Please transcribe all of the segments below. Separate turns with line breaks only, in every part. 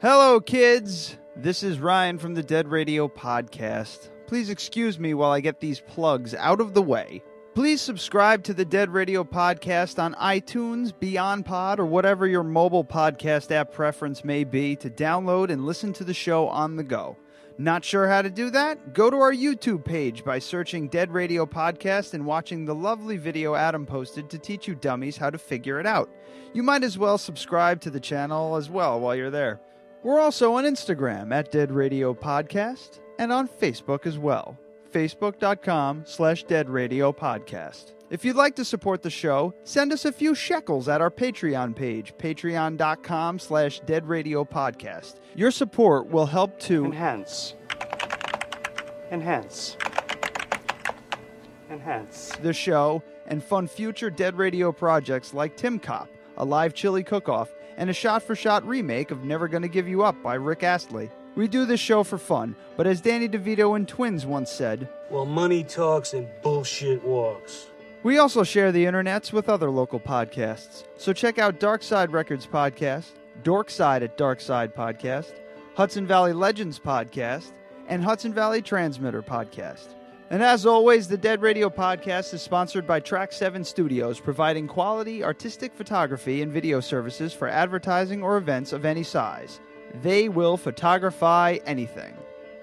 Hello, kids. This is Ryan from the Dead Radio Podcast. Please excuse me while I get these plugs out of the way. Please subscribe to the Dead Radio Podcast on iTunes, Beyond Pod, or whatever your mobile podcast app preference may be to download and listen to the show on the go. Not sure how to do that? Go to our YouTube page by searching Dead Radio Podcast and watching the lovely video Adam posted to teach you dummies how to figure it out. You might as well subscribe to the channel as well while you're there. We're also on Instagram at Dead Radio Podcast and on Facebook as well. Facebook.com slash Dead Radio Podcast. If you'd like to support the show, send us a few shekels at our Patreon page, patreon.com slash Dead Radio Podcast. Your support will help to
Enhance. Enhance. Enhance.
the show and fund future Dead Radio projects like Tim Cop, a live chili cook-off, and a shot-for-shot remake of Never Gonna Give You Up by Rick Astley. We do this show for fun, but as Danny DeVito and Twins once said,
Well, money talks and bullshit walks.
we also share the internets with other local podcasts. So check out Dark Side Records podcast, Dorkside at Dark Side podcast, Hudson Valley Legends podcast, and Hudson Valley Transmitter podcast. And as always, the Dead Radio podcast is sponsored by Track 7 Studios, providing quality artistic photography and video services for advertising or events of any size. They will photography anything.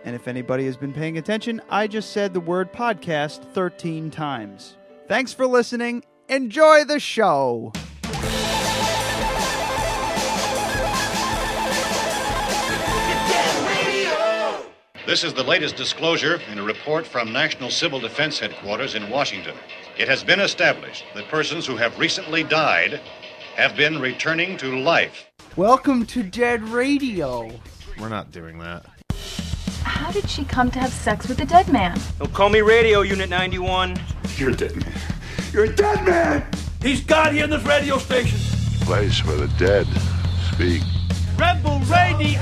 And if anybody has been paying attention, I just said the word podcast 13 times. Thanks for listening. Enjoy the show.
This is the latest disclosure in a report from National Civil Defense Headquarters in Washington. It has been established that persons who have recently died have been returning to life.
Welcome to Dead Radio.
We're not doing that.
How did she come to have sex with a dead man?
Don't call me Radio Unit 91.
You're a dead man. You're a dead man!
He's got here in this radio station.
Place where the dead speak.
Rebel Radio.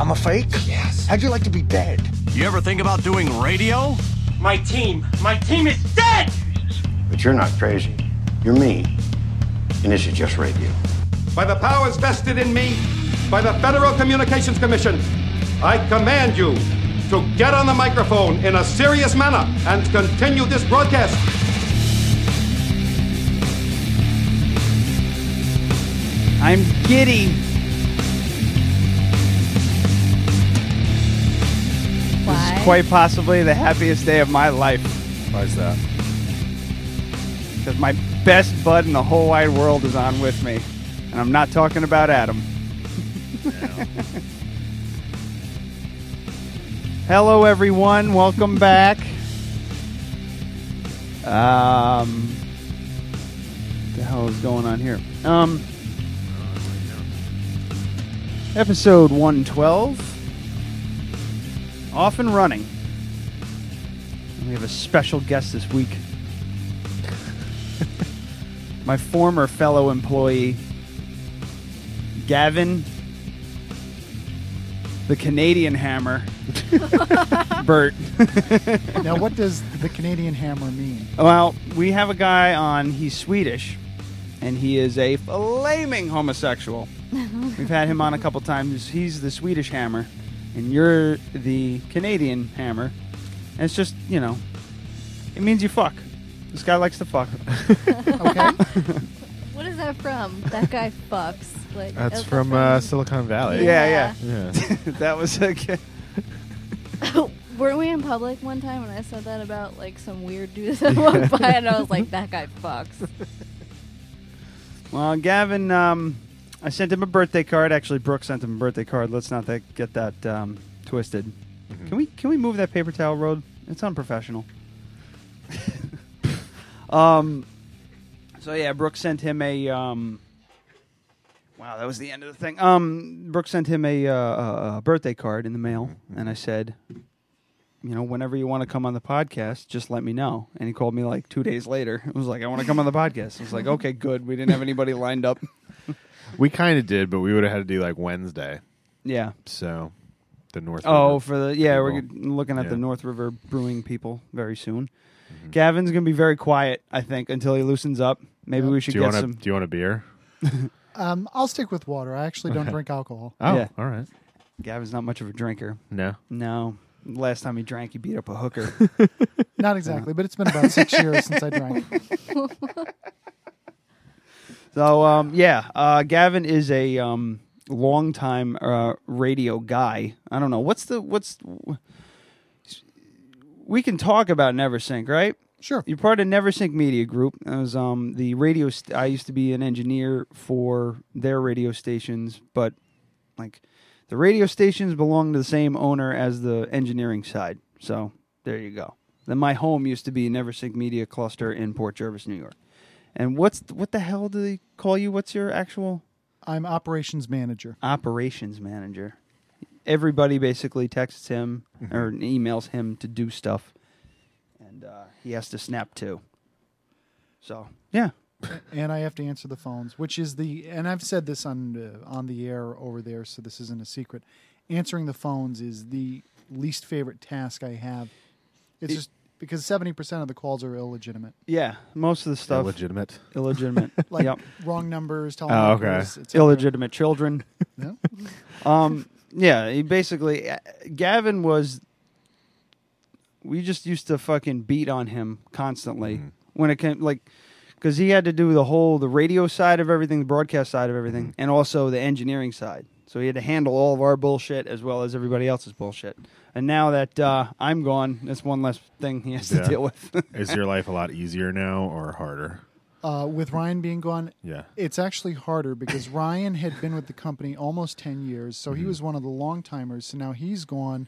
I'm a fake? Yes. How'd you like to be dead?
You ever think about doing radio?
My team, my team is dead.
But you're not crazy. You're me. And this is just radio.
By the powers vested in me by the Federal Communications Commission, I command you to get on the microphone in a serious manner and continue this broadcast.
I'm giddy. This
Why?
is quite possibly the happiest day of my life
Why's that?
because my best bud in the whole wide world is on with me. And I'm not talking about Adam. Hello, everyone. Welcome back. Um, the hell is going on here? Um, episode 112. Off and running. And we have a special guest this week. My former fellow employee, Gavin, the Canadian Hammer, Bert.
Now, what does the Canadian hammer mean?
Well, we have a guy on. He's Swedish, and he is a flaming homosexual. We've had him on a couple times. He's the Swedish hammer, and you're the Canadian hammer. And it's just you know, it means you fuck. This guy likes to fuck.
Okay.
What is that from? That guy fucks. Like
That's
uh,
from uh, Silicon Valley.
Yeah,
Yeah.
that was a. g-
Weren't we in public one time when I said that about like some weird dude that walked by and I was like, that guy fucks.
Well, Gavin, um, I sent him a birthday card. Actually, Brooke sent him a birthday card. Let's not that, get that um, twisted. Can we can we move that paper towel road? It's unprofessional. um, so yeah, Brooke sent him a. Um, wow, that was the end of the thing. Um, Brooke sent him a, uh, a a birthday card in the mail, and I said, you know, whenever you want to come on the podcast, just let me know. And he called me like two days later. It was like, I want to come on the podcast. I was like, okay, good. We didn't have anybody lined up.
We kind of did, but we would have had to do like Wednesday.
Yeah.
So the North.
Oh,
River.
for the yeah, we're
People.
g- looking at the
Yeah. Mm-hmm.
North River Brewing people very soon. Gavin's gonna be very quiet, I think, until he loosens up. Maybe we should
do you
get
want a
some.
do you want a beer?
Um, I'll stick with water. I actually don't drink alcohol.
Oh, all right.
Gavin's not much of a drinker.
No.
No. Last time he drank, he beat up a hooker.
Not exactly, but it's been about six years since I drank.
So um, yeah, uh, Gavin is a um, longtime uh, radio guy. I don't know what's the what's we can talk about NeverSync, right?
Sure.
You're part of NeverSync Media Group. I was um, the radio. St- I used to be an engineer for their radio stations, but like the radio stations belong to the same owner as the engineering side. So there you go. Then my home used to be NeverSync Media Cluster in Port Jervis, New York. And what's what the hell do they call you? What's your actual
I'm operations manager.
operations manager? Everybody basically texts him or emails him to do stuff, and uh, he has to snap to. So yeah,
and I have to answer the phones, which is the and I've said this on uh, on the air over there, so this isn't a secret. Answering the phones is the least favorite task I have. It's just because seventy percent of the calls are illegitimate,
yeah, most of the stuff
Illegitimate.
illegitimate,
like
yep.
wrong numbers, telling
Oh, okay.
numbers, et cetera.
illegitimate children.
Yeah.
Um, yeah, he basically, uh, Gavin was. We just used to fucking beat on him constantly
Mm-hmm.
when it came, like, because he had to do the whole the radio side of everything, the broadcast side of everything,
Mm-hmm.
and also the engineering side. So he had to handle all of our bullshit as well as everybody else's bullshit. And now that uh, I'm gone, that's one less thing he has
Yeah.
to deal with.
Is your life a lot easier now or harder?
Uh, with Ryan being gone,
Yeah.
it's actually harder because Ryan had been with the company almost 10 years, so
Mm-hmm.
he was one of the long timers. So now he's gone,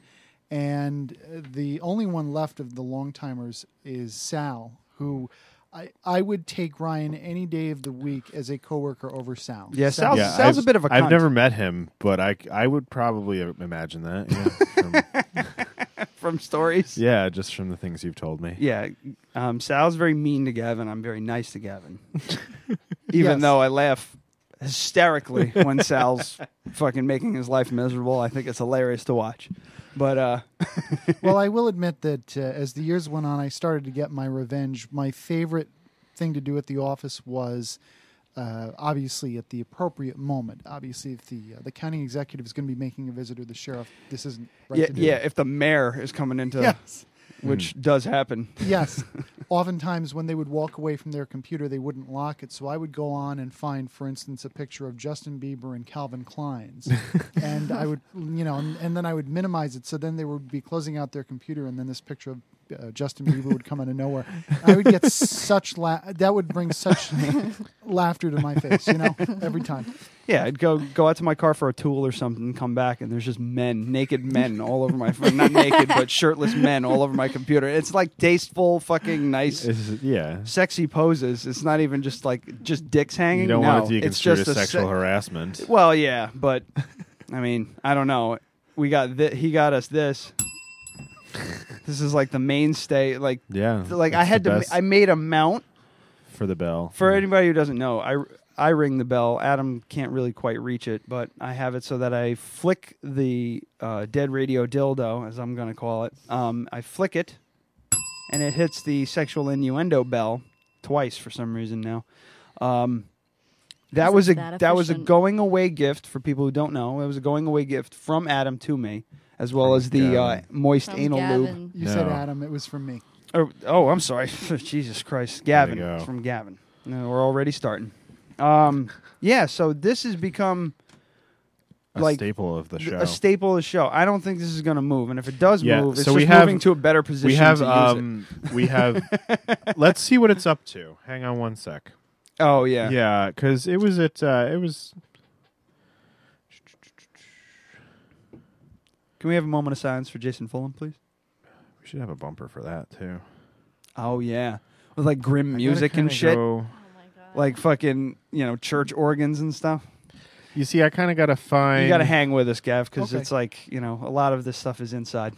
and uh, the only one left of the long timers is Sal, who I, I would take Ryan any day of the week as a coworker over Sal.
Yeah,
Sal,
Sal's-
yeah,
Sal's
I've-
a bit of a
I've
cunt.
never met him, but I I would probably imagine that. Yeah, from,
From stories.
yeah just from the things you've told me.
Yeah, um, Sal's very mean to Gavin. I'm very nice to Gavin, even
Yes.
though I laugh hysterically when Sal's fucking making his life miserable. I think it's hilarious to watch. But uh,
well, I will admit that uh, as the years went on, I started to get my revenge. My favorite thing to do at the office was. Uh, obviously, at the appropriate moment. Obviously, if the uh, the county executive is going to be making a visit or the sheriff, this isn't right
yeah,
to do.
yeah, if the mayor is coming into,
Yes.
which
Hmm.
does happen.
Yes. Oftentimes, when they would walk away from their computer, they wouldn't lock it. So I would go on and find, for instance, a picture of Justin Bieber and Calvin Klein's. and I would, you know, and, and then I would minimize it. So then they would be closing out their computer, and then this picture of uh, Justin Bieber would come out of nowhere. I would get such, la- that would bring such laughter to my face, you know, every time.
Yeah, I'd go go out to my car for a tool or something, come back, and there's just men, naked men, all over my phone. Not naked, but shirtless men all over my computer. It's like tasteful, fucking nice.
This is- yeah.
Sexy poses. It's not even just like just dicks hanging.
You don't
no,
want it to be
it's
construed
just
as
a
sexual
se-
harassment.
Well, yeah, but I mean, I don't know. We got th- he got us this. This is like the mainstay. Like
Yeah,
like I
it's
had
the
to. ma-
best.
I made a mount
For the bell.
for anybody who doesn't know. I I ring the bell. Adam can't really quite reach it, but I have it so that I flick the uh, dead radio dildo, as I'm gonna call it. Um, I flick it, and it hits the sexual innuendo bell twice for some reason now. Um, that
Isn't
was a
that
that, was a
efficient?
going away gift for people who don't know. It was a going away gift from Adam to me, as well as the uh,
Gavin.
moist
From
anal lube.
Gavin.
You said,
No.
Adam, it was from me.
Oh, oh, I'm sorry. Jesus Christ, Gavin
you go.
It's from Gavin. No, we're already starting. Um, yeah. So this has become
a
like
staple of the show.
a staple of the show. I don't think this is going to move, and if it does
Yeah,
move, it's
so
just
we have-
moving to a better position.
we have
to use it.
um we have let's see what it's up to. Hang on one sec.
Oh yeah.
Yeah, cuz it was at uh it was
Can we have a moment of silence for Jason Fulham, please?
we should have a bumper for that too.
Oh yeah, with like grim music
Gotta
and
kinda
shit,
go-
like fucking you know church organs and stuff.
you see I kind of got to find
You got to hang with us, Gav, because
Okay.
it's like you know a lot of this stuff is inside.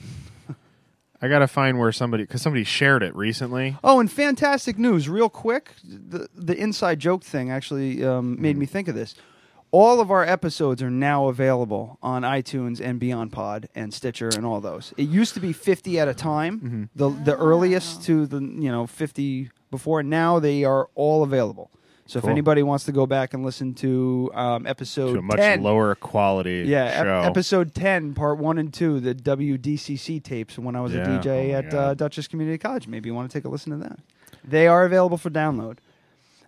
I got to find where somebody cuz somebody shared it recently.
Oh, and fantastic news! Real quick, the the inside joke thing actually um, made
Mm-hmm.
me think of this. All of our episodes are now available on iTunes and Beyond Pod and Stitcher and all those. It used to be fifty at a time,
Mm-hmm.
the the earliest to the you know fifty before. Now they are all available. So if
Cool.
anybody wants to go back and listen to um, episode
to a much
10,
lower quality
yeah, ep-
show.
episode ten, part one and two, the WDCC tapes when I was
Yeah,
a DJ
oh my
at uh, Dutchess Community College. Maybe you want to take a listen to that. They are available for download.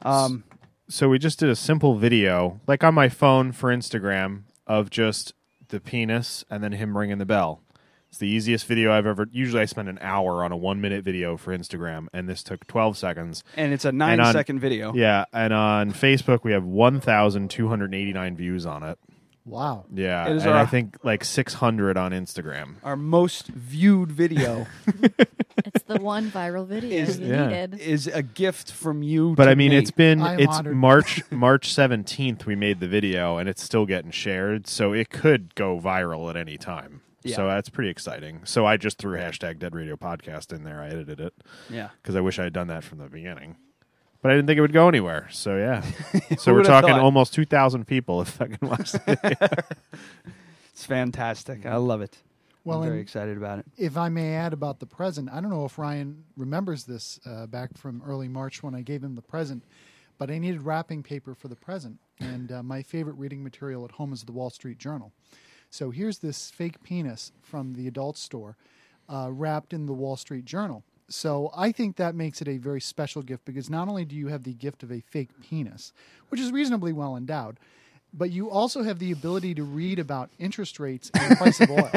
Um,
so we just did a simple video, like on my phone for Instagram, of just the penis and then him ringing the bell. It's the easiest video I've ever. Usually, I spend an hour on a one-minute video for Instagram, and this took twelve seconds.
And it's a
nine-second
nine-second video.
Yeah, and on Facebook we have one thousand two hundred eighty-nine views on it.
Wow.
Yeah,
It is
and
our-
I think like six hundred on Instagram.
our most viewed video
It's the one viral video
is
you
Yeah.
needed.
is a gift from you.
But
to
I mean,
me.
it's been it's
honored.
March March seventeenth. We made the video, and it's still getting shared, so it could go viral at any time.
Yeah.
So that's pretty exciting. So I just threw hashtag Dead Radio Podcast in there. I edited it.
Yeah.
because I wish I had done that from the beginning, but I didn't think it would go anywhere. So yeah. so
Who
we're
would've
talking
thought?
almost two thousand people if I can watch it.
It's fantastic.
Mm-hmm.
I love it.
Well,
I'm very
and-
excited about it.
If I may add about the present, I don't know if Ryan remembers this uh, back from early March when I gave him the present, but I needed wrapping paper for the present. And uh, my favorite reading material at home is the Wall Street Journal. So here's this fake penis from the adult store uh, wrapped in the Wall Street Journal. So I think that makes it a very special gift because not only do you have the gift of a fake penis, which is reasonably well endowed, but you also have the ability to read about interest rates and the price of oil.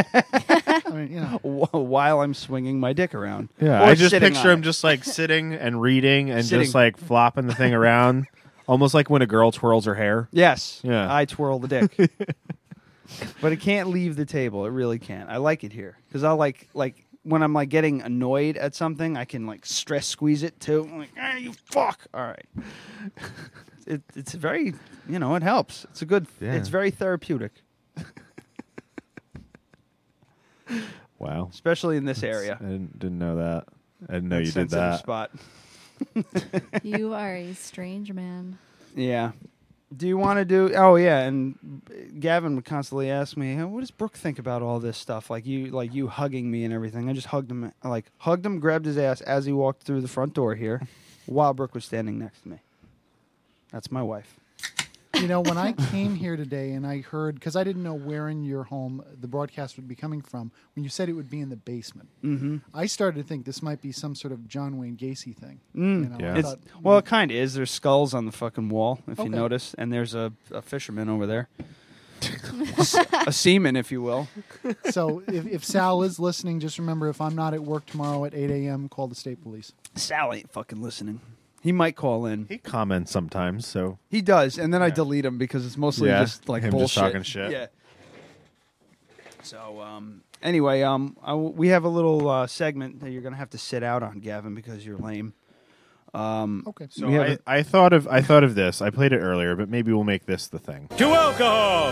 I mean, you know.
Wh- While I'm swinging my dick around.
Yeah,
Or
I just
sitting
picture
on
him
it.
just like sitting and reading and
Sitting.
just like flopping the thing around, almost like when a girl twirls her hair.
Yes.
Yeah.
I twirl the dick. but it can't leave the table. It really can't. I like it here because I like like when I'm like getting annoyed at something, I can like stress squeeze it too. I'm like, ah, you fuck. All right. It, it's very, you know, it helps. It's a good.
Yeah.
It's very therapeutic,
Wow.
especially in this area.
I didn't, didn't know that. I didn't know
That
you did
sensitive
that.
Spot.
You are a strange man.
Yeah. Do you want to do? Oh yeah, and Gavin would constantly ask me, "Hey, "What does Brooke think about all this stuff? Like you, like you hugging me and everything." I just hugged him, I, like hugged him, grabbed his ass as he walked through the front door here, while Brooke was standing next to me. That's my wife.
you know, when I came here today and I heard, because I didn't know where in your home the broadcast would be coming from, when you said it would be in the basement,
Mhm.
I started to think this might be some sort of John Wayne Gacy thing.
Mm.
You know, I
It's-
thought-
well, it kind of is. There's skulls on the fucking wall, if you
Okay.
notice, and there's a, a fisherman over there, a seaman, if you will.
so if, if Sal is listening, just remember if I'm not at work tomorrow at 8 a.m., call the state police.
Sal ain't fucking listening. He might call in. He
comments sometimes, so
He does, and then I delete him because it's mostly
Yeah,
just like
him just
bullshit.
talking shit.
Yeah. So um, anyway, um, I w we have a little uh, segment that you're gonna have to sit out on, Gavin, because you're lame. Um,
okay.
So I, I thought of I thought of this. I played it earlier, but maybe we'll make this the thing.
To alcohol,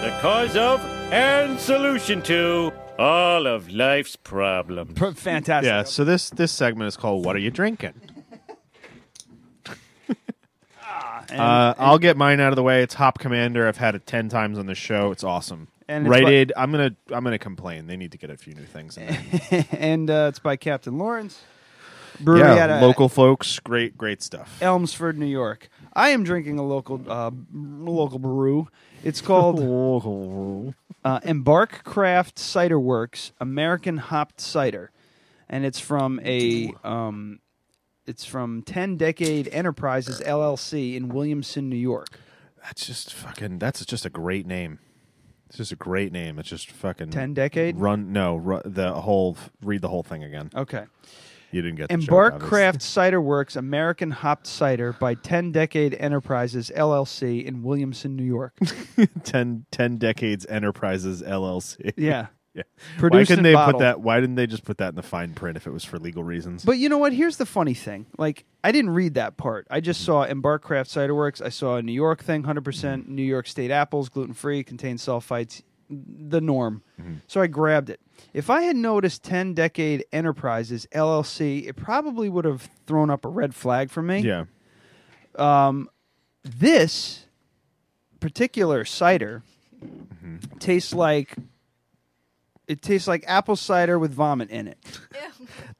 the cause of and solution to all of life's problems.
Fantastic.
Yeah. So this this segment is called "What Are You Drinking."
Ah,
uh, I'll get mine out of the way. It's Hop Commander. I've had it ten times on the show. It's awesome.
And
And
it's
Rite
what-
Aid. I'm gonna I'm gonna complain. They need to get a few new things in there.
and uh, it's by Captain Lawrence Brewery
yeah,
out of
local folks. Great great stuff.
Elmsford, New York. I am drinking a local uh, local brew. It's called uh, Embark Craft Cider Works American Hopped Cider, and it's from a um, it's from Ten Decade Enterprises LLC in Williamson, New York.
That's just fucking. That's just a great name. It's just a great name. It's just fucking
Ten decade.
Run no ru the whole read the whole thing again.
Okay.
You didn't get the joke,
Embark
obviously.
Craft Cider Works American Hopped Cider by Ten Decade Enterprises LLC in Williamson, New York.
10, 10 decades enterprises LLC.
Yeah.
yeah. why
Produced
couldn't
and
they put
bottled.
that? Why didn't they just put that in the fine print if it was for legal reasons?
But you know what? Here's the funny thing. Like, I didn't read that part. I just saw Embark Craft Cider Works. I saw a New York thing, 100% New York State apples, gluten free, contains sulfites, the norm. So I grabbed it. If I had noticed 10 Decade Enterprises LLC, it probably would have thrown up a red flag for me.
Yeah.
Um, this particular cider tastes like it tastes like apple cider with vomit in it.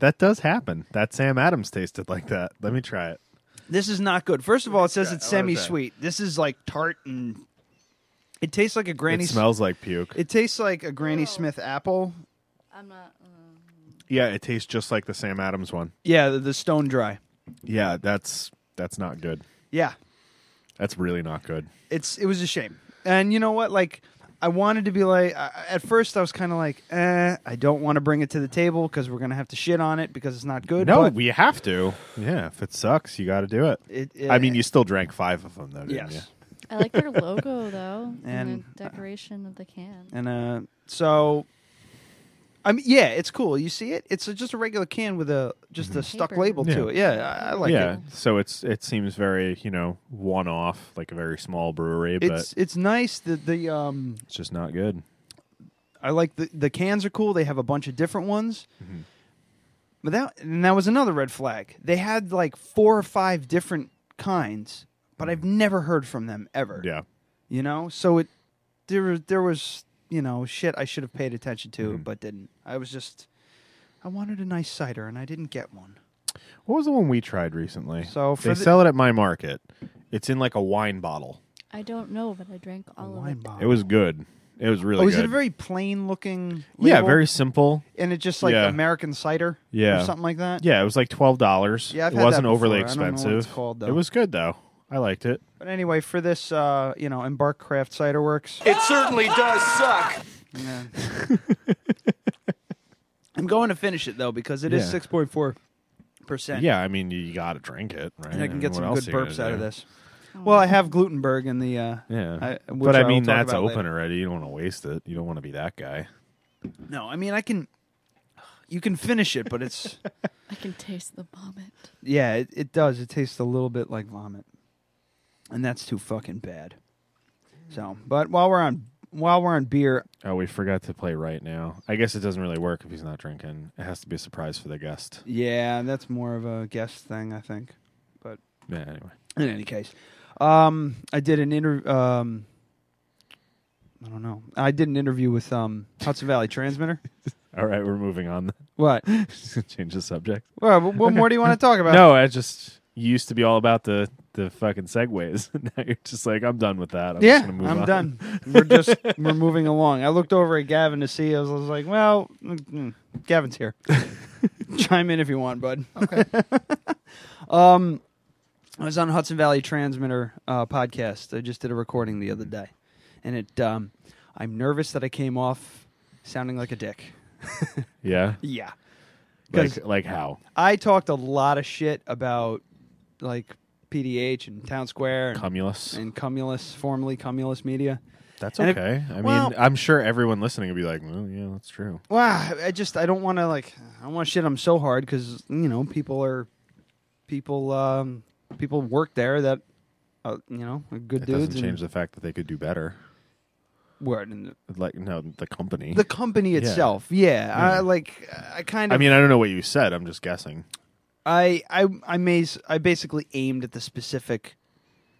that does happen. That Sam Adams tasted like that. Let me try it.
This is not good. First of all, it says it's
I wanna
semi
say.
sweet. This is like tart and it tastes like a granny.
it smells like puke.
It tastes like a Granny Smith apple.
yeah, it tastes just like the Sam Adams one.
Yeah, the, the stone dry.
Yeah, that's that's not good.
Yeah,
That's really not good.
it's it was a shame. And you know what? Like I wanted to be like I- at first I was kind of like, eh, I don't want to bring it to the table because we're gonna have to shit on it because it's not good.
no,
but
we have to. Yeah, if it sucks, you got to do it.
It-
I mean, you still drank five of them though, didn't
Yes.
I like their logo though, and,
And, uh,
the decoration of the can.
and uh, so I mean, yeah, it's cool. You see it? It's a, just a regular can with a just a stuck label
you?
to it. Yeah, I, I like
yeah.
it.
So it's it seems very you know one off, like a very small brewery, but
It's it's nice that the um
it's just not good.
I like the the cans are cool. They have a bunch of different ones.
Mm-hmm.
But that and that was another red flag. They had like four or five different kinds, but I've never heard from them ever.
Yeah.
You know, so it there was- there was you know shit I should have paid attention to,
Mm-hmm.
but didn't. I was just I wanted a nice cider and I didn't get one.
What was the one we tried recently?
So for
they
the-
sell it at my market. It's in like a wine bottle.
I don't know, but I drank all of it.
It was good. It was really
oh, is it
good.
a very plain looking?
yeah,
label?
very simple.
And it just like
Yeah.
American cider,
Yeah.
or something like that.
Yeah, it was like twelve dollars.
Yeah, I've
it
had that
wasn't overly
before. I don't know what it's
expensive.
called, though.
It was good though. I liked it.
But anyway, for this, uh, you know, Embark Craft Cider Works.
It certainly does suck.
Yeah. I'm going to finish it though because it
Yeah.
is six point four percent.
Yeah, I mean you gotta drink it, right?
and I can get
what
some
else
good
are you
burps
gonna
out of
do?
this. Well, I have Glutenberg in the. Uh,
Yeah,
I- which
but I
will
mean
talk
that's
about
open
later.
already. You don't want to waste it. You don't want to be that guy.
No, I mean I can. You can finish it, but it's
I can taste the vomit.
yeah, it, it does. It tastes a little bit like vomit, and that's too fucking bad. So, but while we're on while we're on beer,
Oh, we forgot to play right now. I guess it doesn't really work if he's not drinking. It has to be a surprise for the guest.
yeah, that's more of a guest thing, I think. But
Yeah, anyway.
In any case, um, I did an interview. Um, I don't know. I did an interview with um, Hudson Valley Transmitter.
All right, we're moving on. then.
What?
Just gonna Change the subject.
Well, what- what more do you wanna talk about?
No, I just you used to be all about the the fucking segues. now you're just like, I'm done with that. I'm
yeah,
just gonna move
I'm
on.
done. We're just we're moving along. I looked over at Gavin to see. I was, I was like, well, mm, mm, Gavin's here. Chime in if you want, bud. Okay. um, I was on Hudson Valley Transmitter uh, podcast. I just did a recording the other day, and it. Um, I'm nervous that I came off sounding like a dick.
Yeah.
Yeah. 'Cause-
Like like how?
I talked a lot of shit about like PDH and Town Square and
Cumulus
and Cumulus, formerly Cumulus Media.
That's
And if-
okay. I mean,
well-
I'm sure everyone listening would be like, well, yeah, that's true.
Wow, I just I don't want to like I don't want to shit them so hard because you know people are people um people work there that uh, you know are good
It
dudes.
doesn't
and-
change the fact that they could do better.
What? In
Like no, the company.
the company
Yeah.
itself, yeah.
Yeah.
I like I kind of
I mean, I don't know what you said. I'm just guessing.
I I I maze I basically aimed at the specific,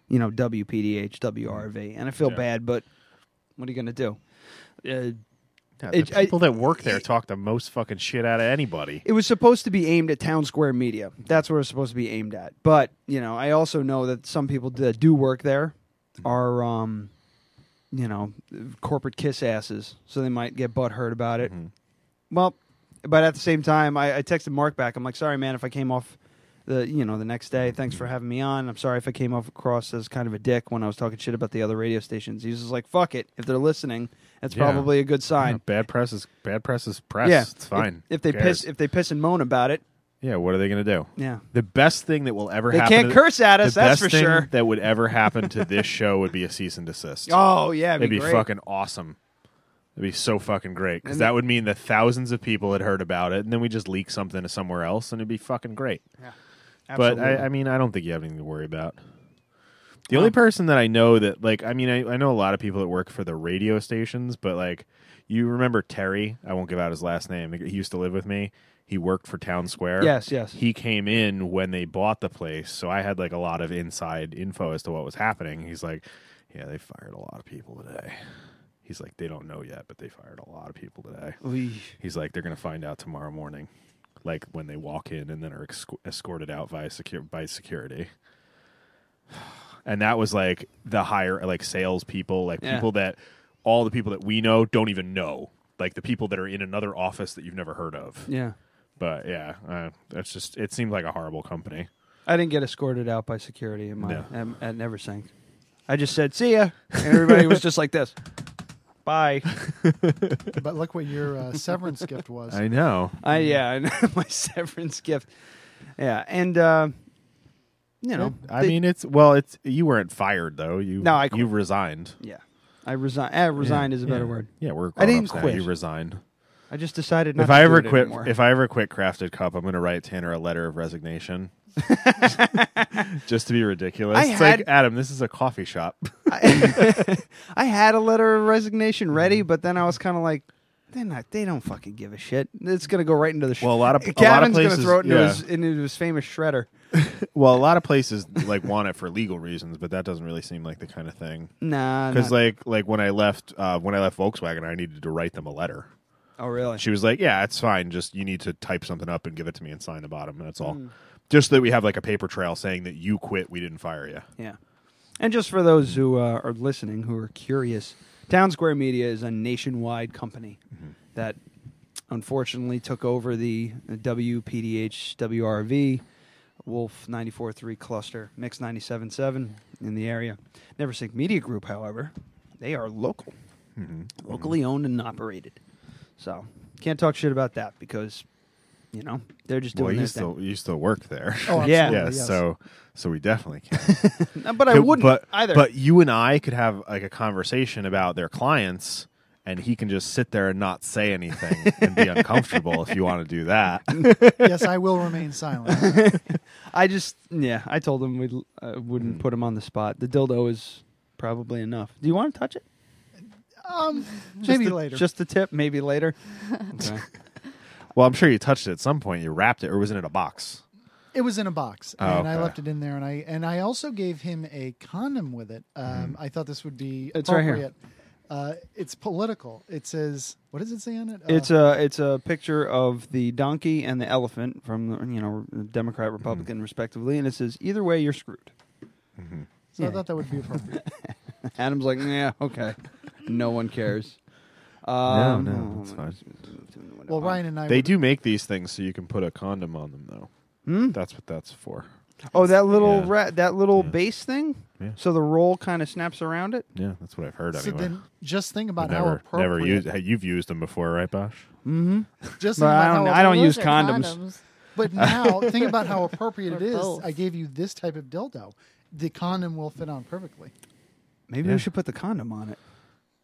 you know, WPDH WRV, and I feel
Yeah.
bad, but what are you gonna do? Uh,
Yeah, the
it, I-
people that work there talk the most fucking shit out of anybody.
it was supposed to be aimed at Town Square Media. That's what it was supposed to be aimed at. But you know, I also know that some people that do work there are, um, you know, corporate kiss asses, so they might get butt hurt about it.
Mm-hmm.
Well, but at the same time, I, I texted Mark back. I'm like, sorry, man, if I came off the you know the next day. Thanks
Mm-hmm.
for having me on. I'm sorry if I came off across as kind of a dick when I was talking shit about the other radio stations. He was just like, fuck it. If they're listening, that's
Yeah.
probably a good sign.
Yeah, bad press is bad press is press.
Yeah,
It's fine.
If, if they
Who cares?
piss, if they piss and moan about it,
yeah, what are they gonna do?
Yeah.
the best thing that will ever
They
happen
can't
to-
curse at us,
The
that's
best
for
thing
sure.
That would ever happen to this show would be a cease and desist.
Oh, yeah, it'd be
it'd be,
great.
fucking awesome. It'd be so fucking great because
And
that
the-
would mean that thousands of people had heard about it, and then we just leak something to somewhere else, and it'd be fucking great.
Yeah,
But I, I mean, I don't think you have anything to worry about. The only person that I know that, like, I mean, I, I know a lot of people that work for the radio stations, but, like, you remember Terry? I won't give out his last name. He used to live with me. He worked for Town Square.
Yes, yes.
He came in when they bought the place, so I had, like, a lot of inside info as to what was happening. He's like, yeah, they fired a lot of people today. He's like, they don't know yet, but they fired a lot of people today.
Oy.
He's like, they're going to find out tomorrow morning, like when they walk in and then are escor- escorted out by, secu- by security. and that was like the higher like salespeople, like
Yeah.
people that all the people that we know don't even know, like the people that are in another office that you've never heard of.
Yeah.
But yeah, uh, that's just it seemed like a horrible company.
I didn't get escorted out by security in my
No.
at, at Neversink. I just said, "See ya," and everybody was just like this. Bye.
But look what your uh, severance gift was.
I know.
I yeah, I know. my severance gift. Yeah, and uh, you know,
I
they-
mean, it's well, it's you weren't fired though. You
No, I
you resigned.
yeah, I resigned. Eh, resigned
Yeah,
is a better
yeah.
word.
Yeah, we're
I didn't
grown-ups now.
quit.
You resigned.
I just decided not
If
to
I
do
ever
it
quit,
anymore.
if I ever quit Crafted Cup, I'm going to write Tanner a letter of resignation, just to be ridiculous.
I
it's
had-
like Adam, this is a coffee shop.
I had a letter of resignation
Mm-hmm.
ready, but then I was kind of like, they're not. They don't fucking give a shit. It's gonna go right into the. Sh-
Well, a lot of- a lot of
Gavin's
places-
gonna throw it into
yeah.
his into his famous shredder.
well, a lot of places like want it for legal reasons, but that doesn't really seem like the kind of thing.
Nah,
because
not-
like like when I left uh, when I left Volkswagen, I needed to write them a letter.
Oh, really?
She was like, "Yeah, it's fine. Just you need to type something up and give it to me and sign the bottom, and that's all.
Mm.
Just that we have like a paper trail saying that you quit. We didn't fire you.
Yeah. And just for those who uh, are listening who are curious, Town Square Media is a nationwide company
Mm-hmm.
that unfortunately took over the uh, WPDH WRV Wolf 94.3 cluster, Mix 97.7 in the area. Neversink Media Group, however, they are local,
Mm-hmm.
locally owned and operated. So can't talk shit about that because, you know, they're just doing
well, you
their
still
thing.
you still work there.
Oh, Yeah. absolutely,
yeah.
yes.
So so we definitely can.
No, but I
Could-
wouldn't
but,
either.
But you and I could have like a conversation about their clients, and he can just sit there and not say anything and be uncomfortable if you want to do that.
yes, I will remain silent.
I just yeah, I told him we uh,
Mm.
wouldn't put him on the spot. The dildo is probably enough. Do you want to touch it?
Um,
Just
maybe
the-
later.
Just the tip, maybe later. Okay.
Well, I'm sure you touched it at some point. You wrapped it, or was it in a box?
It was in a box,
Oh,
and I
okay.
left it in there, and I and I also gave him a condom with it. Um, I thought this would be
Mm-hmm. It's right here.
appropriate. Uh, it's political. It says, "What does it say on it?" Uh,
It's a it's a picture of the donkey and the elephant from the, you know Democrat
Mm-hmm.
Republican respectively, and it says either way you're screwed.
so I thought that would be appropriate.
Adam's like yeah okay, no one cares.
No,
Um,
no, that's fine.
well, Ryan and I.
They
would-
do make these things so you can put a condom on them, though.
Hmm?
That's what that's for.
Oh, that little
Yeah.
ra- that little base thing.
Yeah.
So the roll kind of snaps around it.
Yeah, that's what I've heard.
So
Anyway,
then, just think
But
about how
never,
appropriate.
never used. hey, You've used them before, right, Bosh?
Mm-hmm.
Just
But
think
I
about
don't
how
I don't
appropriate-
use
Those are
condoms.
But now, think about how appropriate it
Or
is.
both.
I gave you this type of dildo. The condom will fit on perfectly.
Maybe
Yeah.
we should put the condom on it.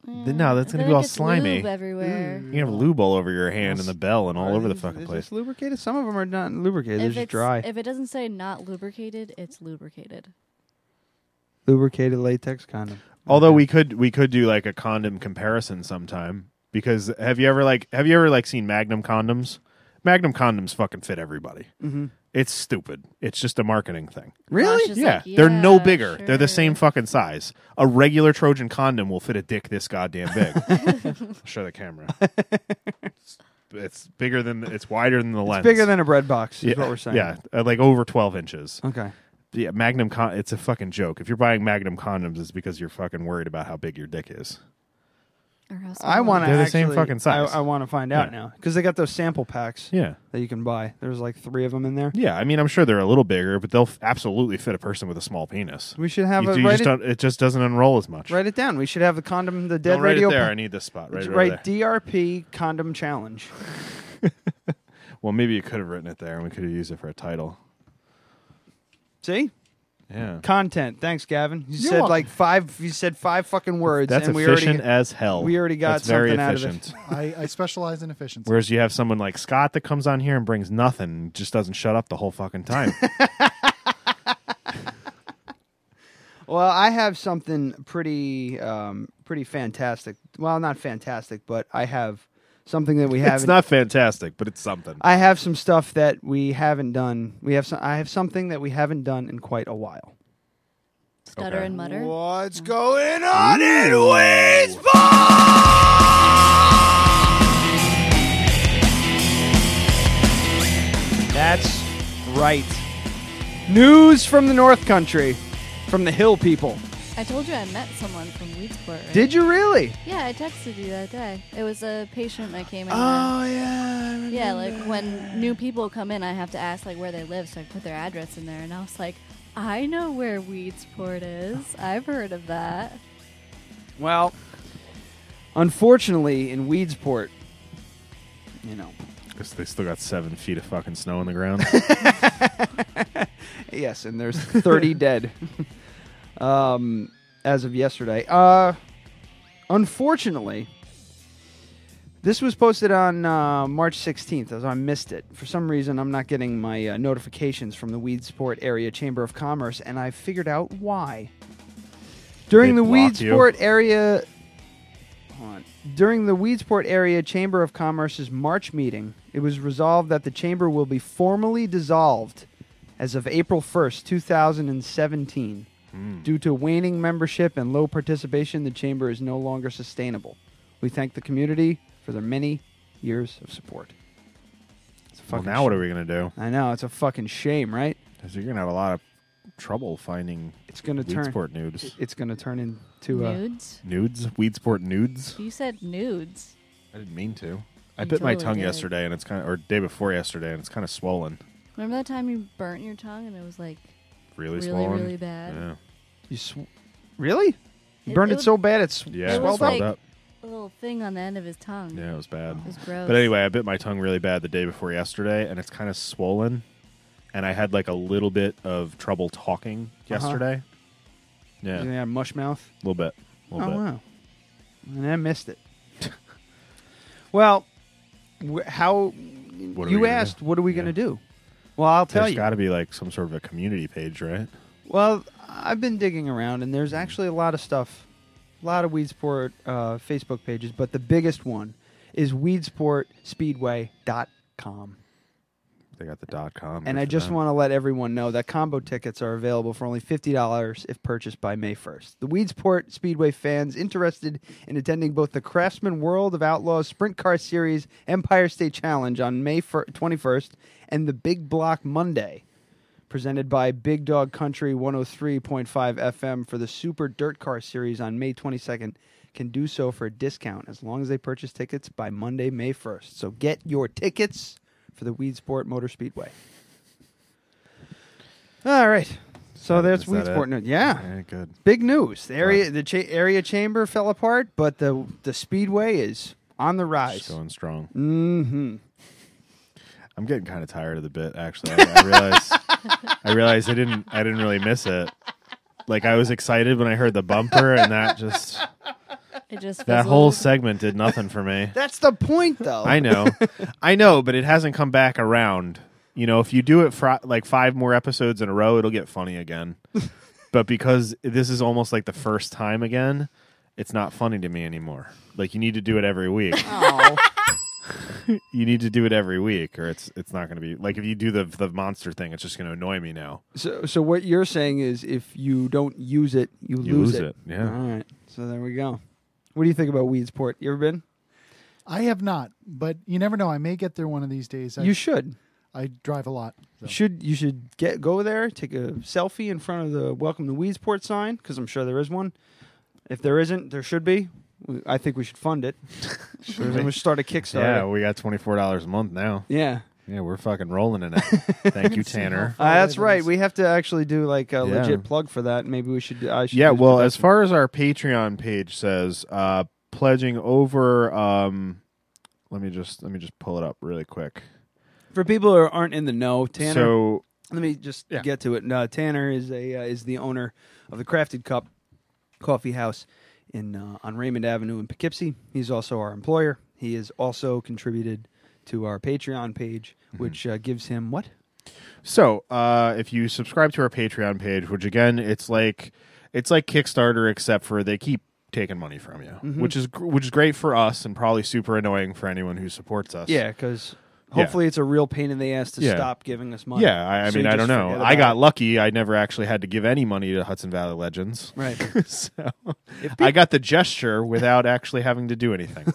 Then- no, that's
Then
gonna
it
be all
gets
slimy.
lube
Mm.
everywhere.
You can have lube all over your hand and the bell and all over the fucking
Is
place.
this lubricated? Some of them are not lubricated. They're
If
just
it's
dry.
if it doesn't say not lubricated, it's lubricated.
lubricated latex condom.
Although we could we could do like a condom comparison sometime because have you ever like have you ever like seen Magnum condoms? Magnum condoms fucking fit everybody.
Mm-hmm.
Mhm.
It's stupid. It's just a marketing thing.
Really?
Josh is
Yeah,
like,
they're no
"Yeah,
bigger. They're the
sure."
same fucking size. A regular Trojan condom will fit a dick this goddamn big. Show the camera. It's- It's bigger than it's wider than the lens.
It's bigger than a bread box. Is
yeah,
what we're saying.
Yeah, uh, like over twelve inches.
Okay.
Yeah, Magnum con. It's a fucking joke. If you're buying Magnum condoms, it's because you're fucking worried about how big your dick is.
Or how small
I want to.
They're the same fucking size.
I, want to find out
Yeah.
now because they got those sample packs
Yeah,
that you can buy. There's like three of them in there.
yeah. I mean, I'm sure they're a little bigger, but they'll f- absolutely fit a person with a small penis.
We should have
You-
a
you
write
just
it,
don't- it just doesn't unroll as much.
write it down. We should have the condom, the dead
Don't write
radio.
it there.
po-
I need this spot. Right,
Just
over there.
write DRP condom challenge.
Well, maybe you could have written it there, and we could have used it for a title.
See
Yeah,
content. Thanks, Gavin. You
You're
said
welcome.
like five. You said five fucking words,
that's
and we already.
efficient as hell.
we already got
that's very
something out of it.
efficient.
I, I specialize in efficiency.
Whereas you have someone like Scott that comes on here and brings nothing, and just doesn't shut up the whole fucking time.
Well, I have something pretty, um, pretty fantastic. Well, not fantastic, but I have something that we
it's
haven't.
not fantastic, but it's something.
I have some stuff that we haven't done. We have some. I have something that we haven't done in quite a while.
stutter
Okay.
and mutter.
What's going on in Waynesboro? That's right. News from the North Country. from the Hill people.
I told you I met someone from Weedsport. Right?
Did you really?
Yeah, I texted you that day. It was a patient that came in.
Oh yeah.
Yeah, like when new people come in, I have to ask like where they live, so I put their address in there, and I was like, I know where Weedsport is. I've heard of that.
Well, unfortunately, in Weedsport, you know,
Because they still got seven feet of fucking snow on the ground.
yes, and there's 30 dead um, as of yesterday. Uh, unfortunately, this was posted on uh, March 16th, as I missed it. For some reason, I'm not getting my uh, notifications from the Weedsport Area Chamber of Commerce, and I figured out why. During
They
the
block you.
Weedsport Area. Hold on. During the Weedsport Area Chamber of Commerce's March meeting, it was resolved that the chamber will be formally dissolved as of April 1st, 2017. Due to waning membership and low participation, the chamber is no longer sustainable. We thank the community for their many years of support. It's a
well,
fucking
now what are we gonna do?
I know it's a fucking shame, right?
Because you're gonna have a lot of trouble finding.
It's gonna turn
Weedsport nudes.
It's gonna turn into uh,
Nudes?
Nudes. Weedsport nudes.
You said nudes.
I didn't mean to. I
You
bit my
totally
tongue
did.
yesterday, and it's kind of, or day before yesterday, and it's kind of swollen.
Remember that time you burnt your tongue and it was like
Really,
Really,
swollen.
really bad.
Yeah.
you sw- really. You
It-
burned
it
it,
was-
so bad it's
Yeah,
it
it
was
swelled
like
up.
up.
a little thing on the end of his tongue.
Yeah, it was bad.
It was gross.
But anyway, I bit my tongue really bad the day before yesterday, and it's kind of swollen. And I had like a little bit of trouble talking
Uh-huh.
yesterday. Yeah,
You
a
had a mush mouth.
little bit. A
oh
little bit.
wow! And I missed it. well, wh- how
What are we
you
gonna
asked?
do?
What are we
Yeah.
gonna do? Well, I'll tell
There's
you.
got to be like some sort of a community page, right?
Well, I've been digging around, and there's actually a lot of stuff, a lot of Weedsport uh, Facebook pages, but the biggest one is WeedsportSpeedway.com.
They got the dot com.
And
good
I
for
just
them.
want to let everyone know that combo tickets are available for only $50 if purchased by May 1st. The Weedsport Speedway fans interested in attending both the Craftsman World of Outlaws Sprint Car Series Empire State Challenge on May 1- 21st and the Big Block Monday, presented by Big Dog Country 103.5 FM for the Super Dirt Car Series on May 22nd, can do so for a discount as long as they purchase tickets by Monday, May 1st. So get your tickets for the Weedsport Motor Speedway. All right. So
Is that-
there's
is that
Weedsport
it?
news. Yeah.
Yeah, good.
Big news. The area the cha- area chamber fell apart, but the the speedway is on the
Just
rise.
going strong.
Mm-hmm.
I'm getting kind of tired of the bit. Actually, I, I realize I realized I didn't I didn't really miss it. Like I was excited when I heard the bumper, and that just
It just
that whole
fizzled.
segment did nothing for me.
That's the point though.
I know, I know, but it hasn't come back around. You know, if you do it for like five more episodes in a row, it'll get funny again. but because this is almost like the first time again, it's not funny to me anymore. Like you need to do it every week.
Oh.
you need to do it every week, or it's it's not going to be like if you do the the monster thing, it's just going to annoy me now.
So so what you're saying is if you don't use it, you, lose
lose it, yeah.
All right. So there we go. What do you think about Weedsport? You ever been?
I have not, but you never know. I may get there one of these days. I,
You should.
I drive a lot. so.
Should you should get go there, take a selfie in front of the "Welcome to Weedsport" sign because I'm sure there is one. If there isn't, there should be. We- I think we should fund it. we should start a
yeah,
Kickstarter.
we got twenty four dollars a month now.
Yeah,
Yeah, we're fucking rolling in it. Thank you, Tanner.
Uh, that's
Five
right.
is-
We have to actually do like a
Yeah.
legit plug for that. Maybe we should. I should
Yeah,
do some
well, as
production.
far as our Patreon page says, uh, pledging over. Um, let me just let me just pull it up really quick.
for people who aren't in the know, Tanner.
So
let me just
Yeah.
get to it. Uh, Tanner is a uh, is the owner of the Crafted Cup Coffee House in uh, on Raymond Avenue in Poughkeepsie. He's also our employer. He has also contributed to our Patreon page,
Mm-hmm.
which uh, gives him what?
So, uh, if you subscribe to our Patreon page, which again, it's like it's like Kickstarter, except for they keep taking money from you,
Mm-hmm.
which is gr- which is great for us and probably super annoying for anyone who supports us.
Yeah, because
Yeah.
hopefully it's a real pain in the ass to
Yeah.
stop giving us money.
yeah. I, I
So
mean,
you
I
just
don't know.
forget
I
about
got
it.
lucky. I never actually had to give any money to Hudson Valley Legends.
right.
so I got the gesture without actually having to do anything.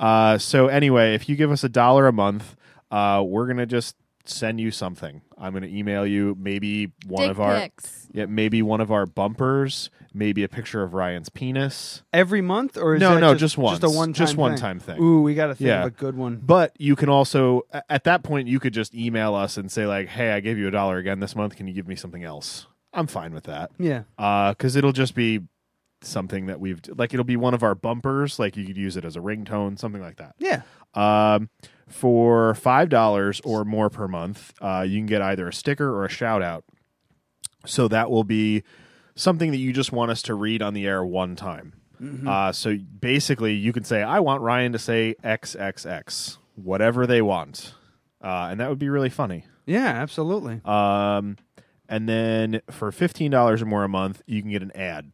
uh, so anyway, if you give us a dollar a month, uh, we're gonna just send you something. I'm going to email you maybe one
Dick
of our
pics.
yeah, maybe one of our bumpers, maybe a picture of Ryan's penis.
Every month, or is
no,
that
no,
just,
just, once,
a one,
just one time thing.
Ooh, we got to think
yeah.
of a good one.
But you can also a- at that point you could just email us and say like, "Hey, I gave you a dollar again this month. Can you give me something else?" I'm fine with that.
Yeah.
because Uh, it'll just be something that we've like it'll be one of our bumpers. Like you could use it as a ringtone, something like that.
Yeah.
Um, for five dollars or more per month, uh, you can get either a sticker or a shout out. So that will be something that you just want us to read on the air one time. Uh, so basically, you can say, "I want Ryan to say XXX," whatever they want, uh, and that would be really funny.
Yeah, absolutely.
Um, and then for fifteen dollars or more a month, you can get an ad.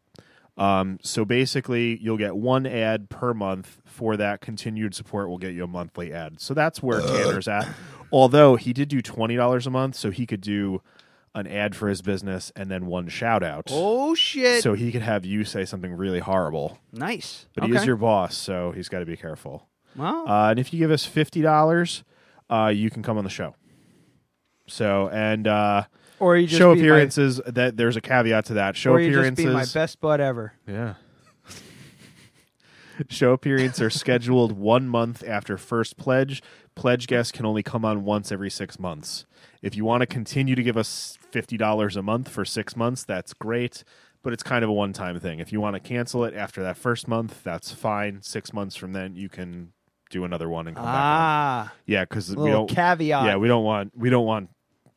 Um, so basically, you'll get one ad per month for that. Continued support will get you a monthly ad. So that's where
Uh.
Tanner's at. Although he did do twenty dollars a month, so he could do an ad for his business and then one shout out.
Oh shit!
So he could have you say something really horrible.
nice.
But
okay.
he is your boss, so he's got to be careful.
Wow.
Uh, and if you give us fifty dollars, uh, you can come on the show. So and uh,
Or you just
show
be my-
appearances. That there's a caveat to that. Show
or you just
appearances.
be my best bud ever.
Yeah. show appearances are scheduled one month after first pledge. Pledge guests can only come on once every six months. If you want to continue to give us fifty dollars a month for six months, that's great. But it's kind of a one-time thing. If you want to cancel it after that first month, that's fine. Six months from then, you can do another one and come back. on.
Ah,
Yeah, because we
Little
don't
caveat.
Yeah, we don't want we don't want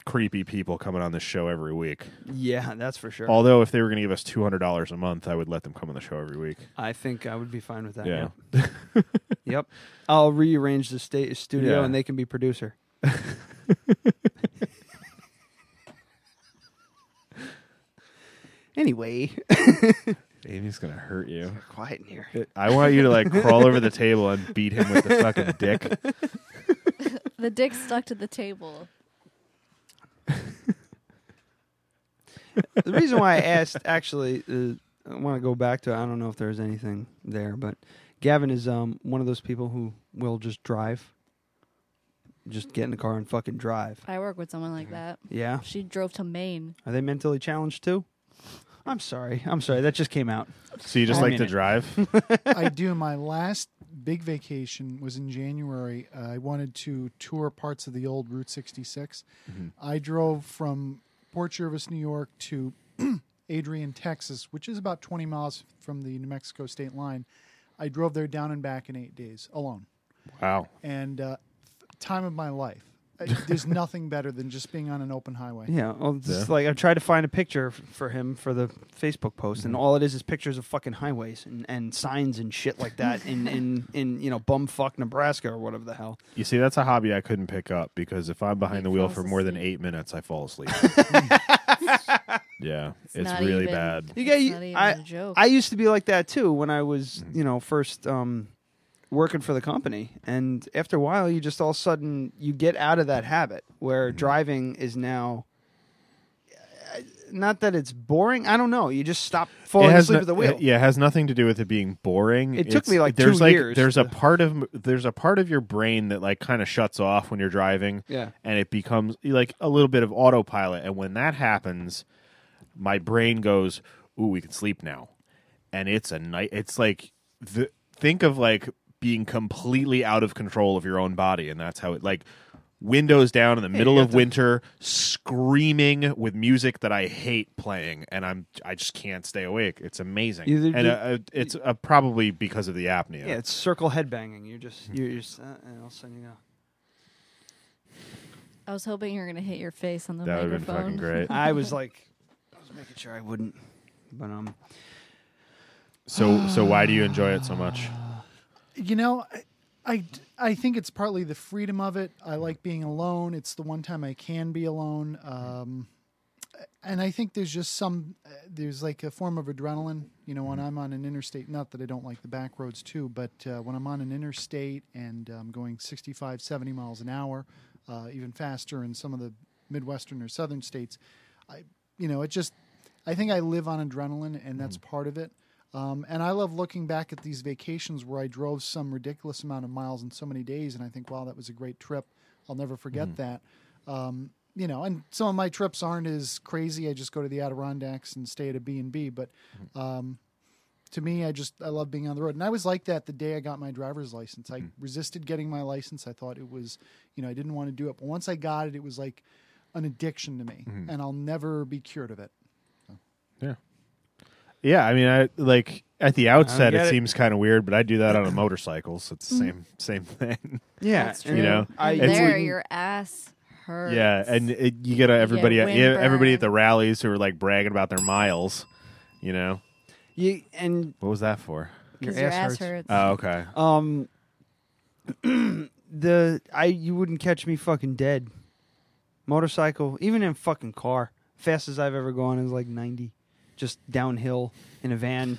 creepy people coming on this show every week.
yeah, that's for sure.
Although if they were going to give us two hundred dollars a month, I would let them come on the show every week.
I think I would be fine with that.
Yeah.
Yep. Yep. I'll rearrange the sta- studio
Yeah.
and they can be producer. anyway,
Amy's going to hurt you.
quiet in here.
I want you to like crawl over the table and beat him with the fucking dick.
the dick stuck to the table.
the reason why I asked actually is I want to go back to I don't know if there's anything there, but Gavin is um one of those people who will just drive, just get in the car and fucking drive.
I work with someone like that.
Yeah.
She drove to Maine.
Are they mentally challenged too? I'm sorry. I'm sorry. That just came out.
So you just
I
like
mean
to
it.
drive?
I do. My last big vacation was in January. Uh, I wanted to tour parts of the old Route 66. I drove from Port Jervis, New York to Adrian, Texas, which is about 20 miles from the New Mexico state line. I drove there down and back in eight days alone.
Wow.
And uh, time of my life. Uh, There's nothing better than just being on an open highway.
Yeah, well, it's
Yeah.
just like I tried to find a picture f- for him for the Facebook post, and all it is is pictures of fucking highways and, and signs and shit like that in, in, in you know bumfuck Nebraska or whatever the hell.
You see, that's a hobby I couldn't pick up because if I'm behind the wheel
falls
for more than
asleep.
eight minutes, I fall asleep. yeah, it's,
not
really
even-
bad.
You get
It's not even
I
a joke.
I used to be like that too when I was you know first um, working for the company, and after a while, you just all of a sudden you get out of that habit where
Mm-hmm.
driving is now. uh, Not that it's boring. I don't know. You just stop falling
it has
asleep
no-
at the wheel.
it- yeah, it has nothing to do with it being boring.
It took me, like, two
there's
years
There's a
to-
part of there's a part of your brain that like kind of shuts off when you're driving.
Yeah.
and it becomes like a little bit of autopilot. And when that happens, my brain goes, "Ooh, we can sleep now," and it's a night. It's like the think of like being completely out of control of your own body, and that's how it like. Windows down in the middle of winter, screaming with music that I hate playing, and I'm I just can't stay awake. It's amazing,
Either
and
do-
uh, uh, it's uh, probably because of the apnea.
Yeah, it's circle headbanging. You're just you're just uh, and all of a sudden you go.
I was hoping you were gonna hit your face on the
that would have been
microphone.
fucking great.
I was like, I was making sure I wouldn't, but um,
So so why do you enjoy it so much?
you know I, I i think it's partly the freedom of it i like being alone it's the one time i can be alone um and i think there's just some uh, there's like a form of adrenaline you know when i'm on an interstate not that i don't like the back roads too but uh, when i'm on an interstate and i'm going 65 70 miles an hour uh, even faster in some of the midwestern or southern states i you know it just I think I live on adrenaline, and that's part of it. Um, and I love looking back at these vacations where I drove some ridiculous amount of miles in so many days, and I think, wow, that was a great trip. I'll never forget that. Um, you know, and some of my trips aren't as crazy. I just go to the Adirondacks and stay at a B and B. But um, to me, I just I love being on the road, and I was like that the day I got my driver's license. I resisted getting my license. I thought it was, you know, I didn't want to do it. But once I got it, it was like an addiction to me,
Mhm.
and I'll never be cured of it.
Yeah, I mean, I like at the outset it,
get it.
seems kind of weird, but I do that on a motorcycle, so it's the same same thing.
Yeah, That's
you
true.
know,
I-
And
It's-
there, your ass hurts.
yeah, and it, you get a, everybody
get
yeah, everybody at
windburn.
the rallies who are like bragging about their miles. You know,
You and
what was that for?
'Cause your ass hurts.
Oh, okay.
Um, the I you wouldn't catch me fucking dead. Motorcycle, even in fucking car, fastest I've ever gone is like ninety, just downhill in a van.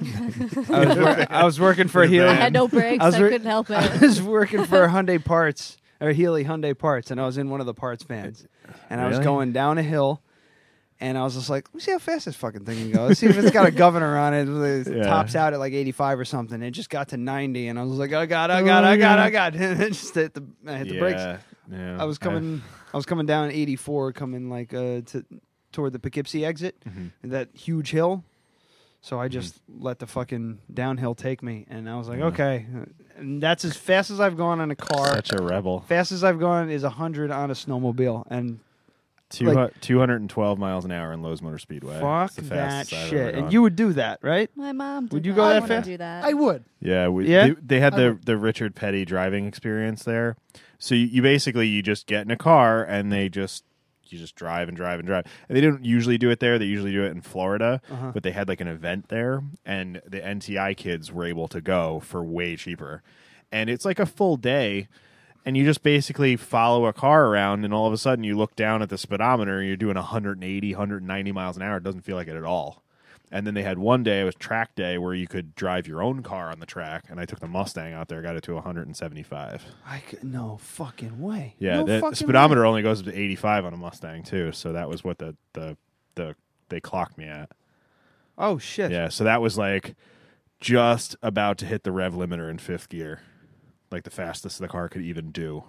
I, was wor- I was working for
In a
Healy.
van.
I had no brakes. I,
was wor-
couldn't help
I
it.
was working for Hyundai Parts or Healy Hyundai Parts, and I was in one of the parts vans, and I was
Really?
going down a hill, and I was just like, "Let me see how fast this fucking thing can go. Let's see if it's got a governor on it. It
Yeah.
tops out at like 85 or something. It just got to 90, and I was like, "Oh god, oh god, oh god, oh god!" And it just hit the I hit the
Yeah,
brakes.
yeah.
I was coming, I was coming down 84, coming like uh to toward the Poughkeepsie exit,
Mm-hmm.
that huge hill. So I just let the fucking downhill take me, and I was like, okay, and that's as fast as I've gone on a car.
Such a rebel.
Fastest I've gone is 100 on a snowmobile, and
Two two hundred and twelve miles an hour in Lowe's Motor Speedway.
fuck
It's the
that
fastest I've ever
shit. And
gone.
you would do that, right?
My mom. Did
Would you
not
go that
wanna
fast?
Do that.
I would.
Yeah, we,
Yeah?
They, they had
I
the the Richard Petty driving experience there. So you, you basically you just get in a car and they just you just drive and drive and drive. And they don't usually do it there. They usually do it in Florida,
Uh-huh.
but they had like an event there, and the NTI kids were able to go for way cheaper. And it's like a full day. And you just basically follow a car around, and all of a sudden you look down at the speedometer, and you're doing 180, 190 miles an hour. It doesn't feel like it at all. And then they had one day, it was track day, where you could drive your own car on the track. And I took the Mustang out there, got it to 175.
I could, no fucking way.
Yeah,
No
the- the
fucking
speedometer only goes up to 85 on a Mustang, too. So that was what the, the, the they clocked me at.
way. Oh shit.
Yeah, so that was like just about to hit the rev limiter in fifth gear, like the fastest the car could even do.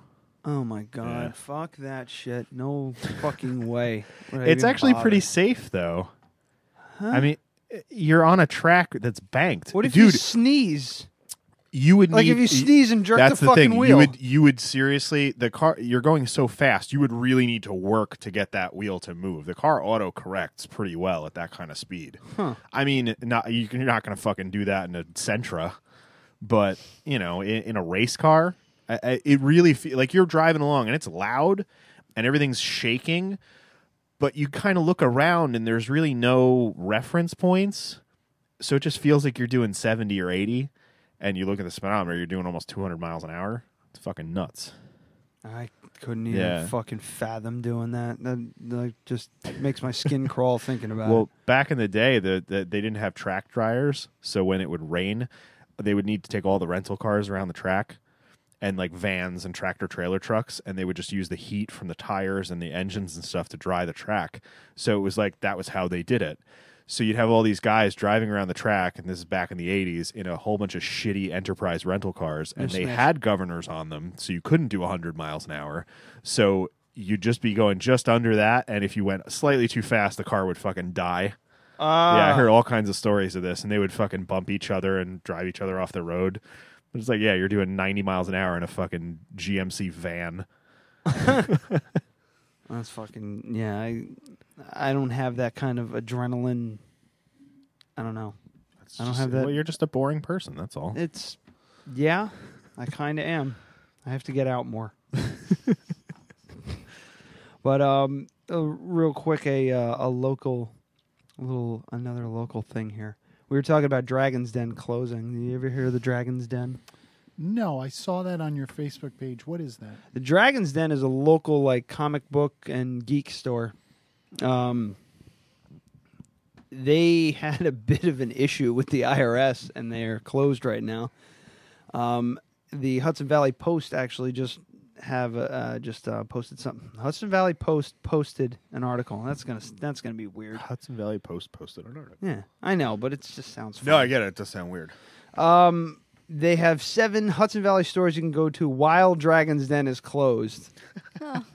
Oh my god.
Yeah.
Fuck that shit. No fucking way. Would I
It's
even
actually pretty
bother?
safe, though.
Huh?
I mean, eh, you're on a track that's banked.
what if you
Dude,
sneeze?
you would
Like
need,
if you sneeze and jerk
that's
the fucking
thing.
wheel.
You would you would seriously the car you're going so fast. You would really need to work to get that wheel to move. The car auto corrects pretty well at that kind of speed.
Huh.
I mean, not you, can- you're not going to fucking do that in a Sentra, but you know, in, in a race car, I, I, it really fe- like you're driving along and it's loud and everything's shaking, but you kind of look around and there's really no reference points, so it just feels like you're doing 70 or 80 and you look at the speedometer, you're doing almost 200 miles an hour. It's fucking nuts.
I couldn't even
Yeah.
fucking fathom doing that. That, that just makes my skin crawl thinking about
Well, back in the day, the, the they didn't have track dryers, so when it would rain, they would need to take all the rental cars around the track and like vans and tractor trailer trucks and they would just use the heat from the tires and the engines and stuff to dry the track. So it was like that was how they did it. So you'd have all these guys driving around the track and this is back in the 80s in a whole bunch of shitty enterprise rental cars and they
Mismatch.
had governors on them so you couldn't do 100 miles an hour. So you'd just be going just under that and if you went slightly too fast the car would fucking die.
it. Uh,
Yeah, I heard all kinds of stories of this, and they would fucking bump each other and drive each other off the road. It's like, yeah, you're doing 90 miles an hour in a fucking GMC van.
That's fucking yeah. I I don't have that kind of adrenaline. I don't know.
It's
I don't
just-
have that-
Well, you're just a boring person. That's all.
It's yeah. I kind of am. I have to get out more. but um, uh, real quick, a uh, a local, a little another local thing here. We were talking about Dragon's Den closing. Did you ever hear of the Dragon's Den?
No, I saw that on your Facebook page. What is that?
The Dragon's Den is a local like comic book and geek store. Um, they had a bit of an issue with the IRS and they are closed right now. Um, the Hudson Valley Post actually just have uh, just uh, posted something. Hudson Valley Post posted an article. That's gonna that's gonna be weird.
Hudson Valley Post posted an article.
Yeah, I know, but it just sounds.
No,
funny.
I get it. It does sound weird.
Um, they have seven Hudson Valley stores you can go to while Dragon's Den is closed.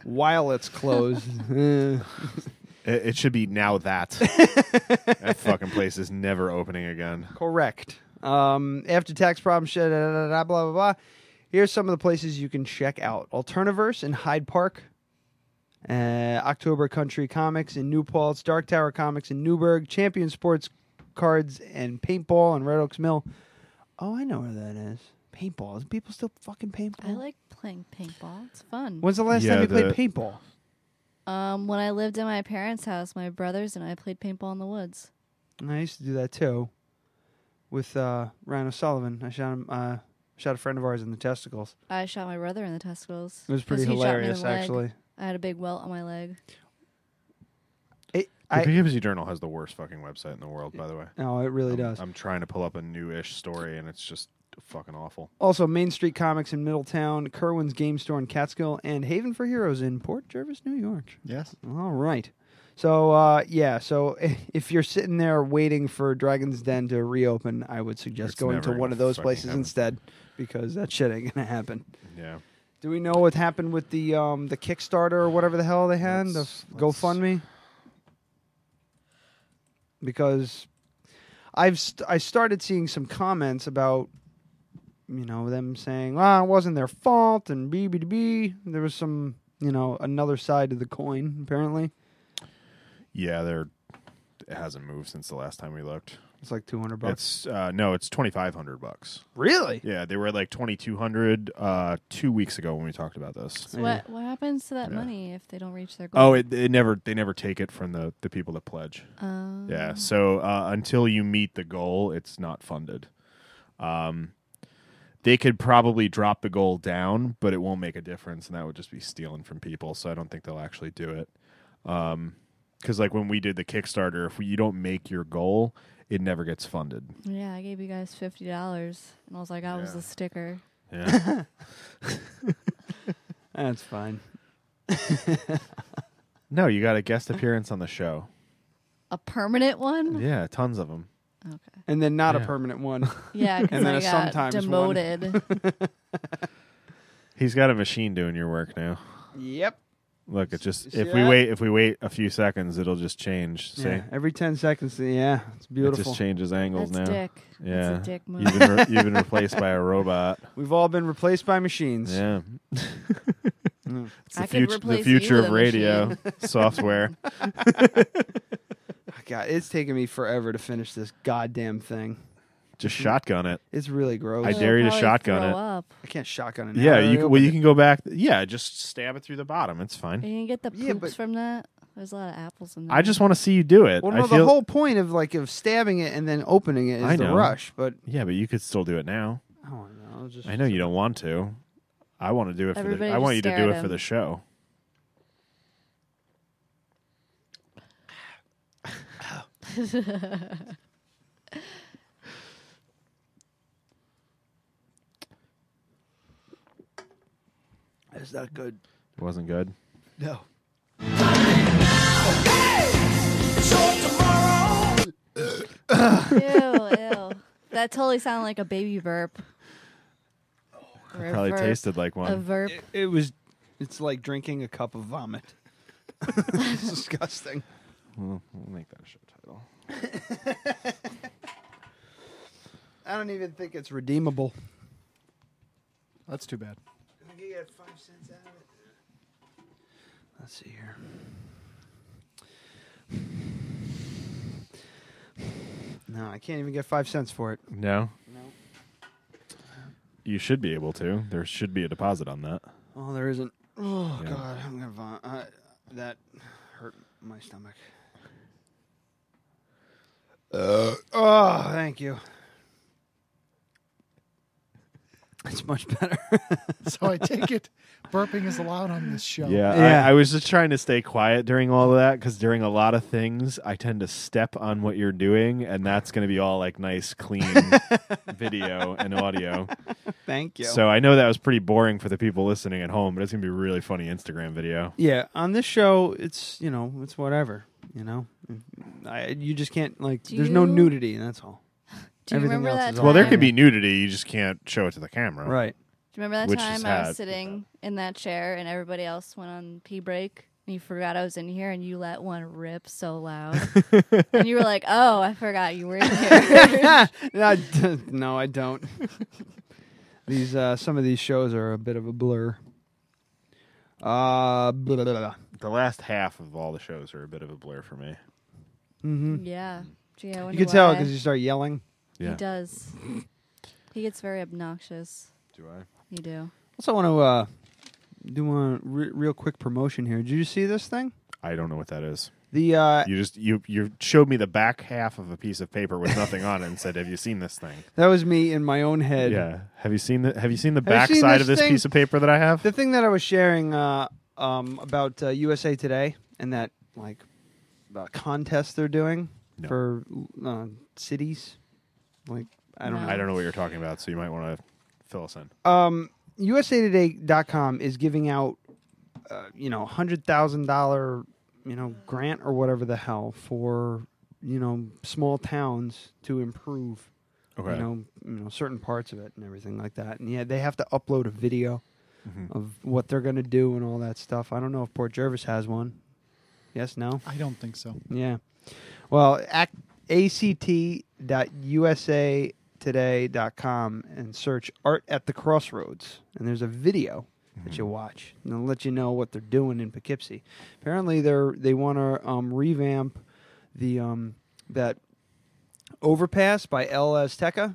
while it's closed. Eh.
It, it should be now that. that fucking place is never opening again.
Correct. Um, after tax problems, blah, blah, blah, blah. Here's some of the places you can check out Alterniverse in Hyde Park, uh, October Country Comics in New Paltz, Dark Tower Comics in Newburgh, Champion Sports Cards and Paintball in Red Oaks Mill. Oh, I know where that is. Paintball. Is people still fucking paintball?
I like playing paintball. It's fun.
When's the last
Yeah,
time you
the-
played paintball?
Um, when I lived at my parents' house, my brothers and I played paintball in the woods.
And I used to do that too with uh, Ryan O'Sullivan. I shot him. Uh, shot a friend of ours in the testicles.
I shot my brother in the testicles.
It was
'cause
pretty
he shot me in the
hilarious,
leg.
actually.
I had a big welt on my leg.
It,
The
I,
Poughkeepsie Journal has the worst fucking website in the world, by the way.
no, it really
I'm,
does.
Oh, I'm trying to pull up a new-ish story, and it's just fucking awful.
Also, Main Street Comics in Middletown, Kerwin's Game Store in Catskill, and Haven for Heroes in Port Jervis, New York.
Yes.
All right. So, uh, yeah, so if you're sitting there waiting for Dragon's Den to reopen, I would suggest
It's
going to
never
one of
gonna
those
fucking
places
happen.
instead because that shit ain't going to happen.
Yeah.
Do we know what happened with the um, the Kickstarter or whatever the hell they had, the
Let's-
f- GoFundMe? Because I've st- I started seeing some comments about you know them saying, "Ah, it wasn't their fault," and b b b. There was some you know another side to the coin apparently.
Yeah, they're it hasn't moved since the last time we looked.
It's like two hundred bucks.
It's uh, no, it's twenty five hundred bucks.
Really?
Yeah, they were at like twenty two hundred uh, two weeks ago when we talked about this.
So what what happens to that
Yeah.
money if they don't reach their goal?
Oh, it, it never they never take it from the the people that pledge.
Um,
Yeah, so uh, until you meet the goal, it's not funded. Um, they could probably drop the goal down, but it won't make a difference, and that would just be stealing from people. So I don't think they'll actually do it. Because like when we did the Kickstarter, if you don't make your goal, it never gets funded.
Yeah, I gave you guys fifty dollars, and I was like, I was
Yeah.
the sticker.
Yeah,
That's fine.
no, you got a guest appearance on the show.
A permanent one?
Yeah, tons of them.
Okay.
And then not a
Yeah.
permanent one.
Yeah, because
And then
I
a
got
sometimes one.
demoted.
He's got a machine doing your work now.
yep.
Look, it just
see
if we
that?
wait if we wait a few seconds, it'll just change. See,
Yeah. Every ten seconds. Yeah. It's
it
beautiful.
just changes angles
That's
now.
dick.
Yeah.
That's a dick move.
You've been, re- you've been replaced by a robot.
We've all been replaced by machines.
Yeah.
Mm.
It's the,
I could
future, the
replace
future
you
of
with a
radio software.
God, it's taking me forever to finish this goddamn thing.
Just shotgun it.
It's really gross.
I
I,
did- dare you to
Probably
shotgun
throw
it.
Up.
can't shotgun an
Yeah,
hour.
you
I
can, well, you
opened
can go back. Yeah, just stab it through the bottom. It's
Are
fine.
you gonna get the poops
Yeah, but-
from that? There's a lot of apples in there.
I just want to see you do it.
it. Well,
I
no, the
feel-
whole point of like of stabbing it and then opening it is
I
the
know.
rush. But
yeah, but you could still do it now.
I don't know. I'll Just,
I know you don't want to. I want to do it. For
Everybody
the, I want you
just
to
stare
do
at
it for
him.
the show.
It's not good.
It wasn't good.
No.
ew, ew. That totally sounded like a baby burp. Or a
Oh, Probably
verp.
tasted like
a
one.
verp.
It, it was. It's like drinking a cup of vomit. it's disgusting.
We'll, we'll make that a show title.
I don't even think it's redeemable.
That's too bad.
Let's see here. No, I can't even get five cents for it.
No. No. You should be able to. There should be a deposit on that.
Oh, there isn't. Oh
Yeah.
God, I'm gonna vom- I, that hurt my stomach.
Uh.
oh, thank you. It's much better.
So I take it burping is allowed on this show.
Yeah,
Yeah.
I, I was just trying to stay quiet during all of that because during a lot of things, I tend to step on what you're doing, and that's going to be all like nice, clean video and audio.
thank you.
So I know that was pretty boring for the people listening at home, but it's going to be a really funny Instagram video.
yeah, on this show, it's you know, it's whatever. You know, I, you just can't like.
Do
there's no
you-
nudity, and that's all.
Do you
Everything
remember
else
that?
is
Time?
all
Well, there could be nudity, you just can't show it to the camera.
Right.
Do you remember that
Which is
time I
sad.
was sitting in that chair and everybody else went on pee break and you forgot I was in here and you let one rip so loud and you were like, "Oh, I forgot you were in here."
no, I d- no, I don't. these uh, some of these shows are a bit of a blur. Uh, blah, blah, blah, blah.
The last half of all the shows are a bit of a blur for me.
hmm
Mm-hmm.
yeah, gee, I
You
wonder
can tell
why.
because you start yelling.
He does. He gets very obnoxious.
Do I?
You do.
Also, want to uh, do one re- real quick promotion here. Did you see this thing?
I don't know what that is.
The uh,
You just you you showed me the back half of a piece of paper with nothing on it and said, "Have you seen this thing?"
that was me in my own head.
Yeah. Have you seen the Have you seen the
Have you
back
seen
side
this
of this
thing?
piece of paper that I have?
The thing that I was sharing uh, um, about uh, USA Today and that like uh, contest they're doing
No.
for uh, cities, like I don't know.
I don't know what you're talking about, so you might want to fill us in.
um, usatoday.com is giving out uh, you know $100000 you know grant or whatever the hell for you know small towns to improve
Okay.
you know you know certain parts of it and everything like that and yeah they have to upload a video
Mhm.
of what they're going to do and all that stuff i don't know if port jervis has one yes no
I don't think so.
yeah. Well, act, act.usatoday.com and search Art at the Crossroads. And there's a video that
Mm-hmm.
you watch. And it'll let you know what they're doing in Poughkeepsie. Apparently, they're, they want to um, revamp the um, that overpass by El Azteca.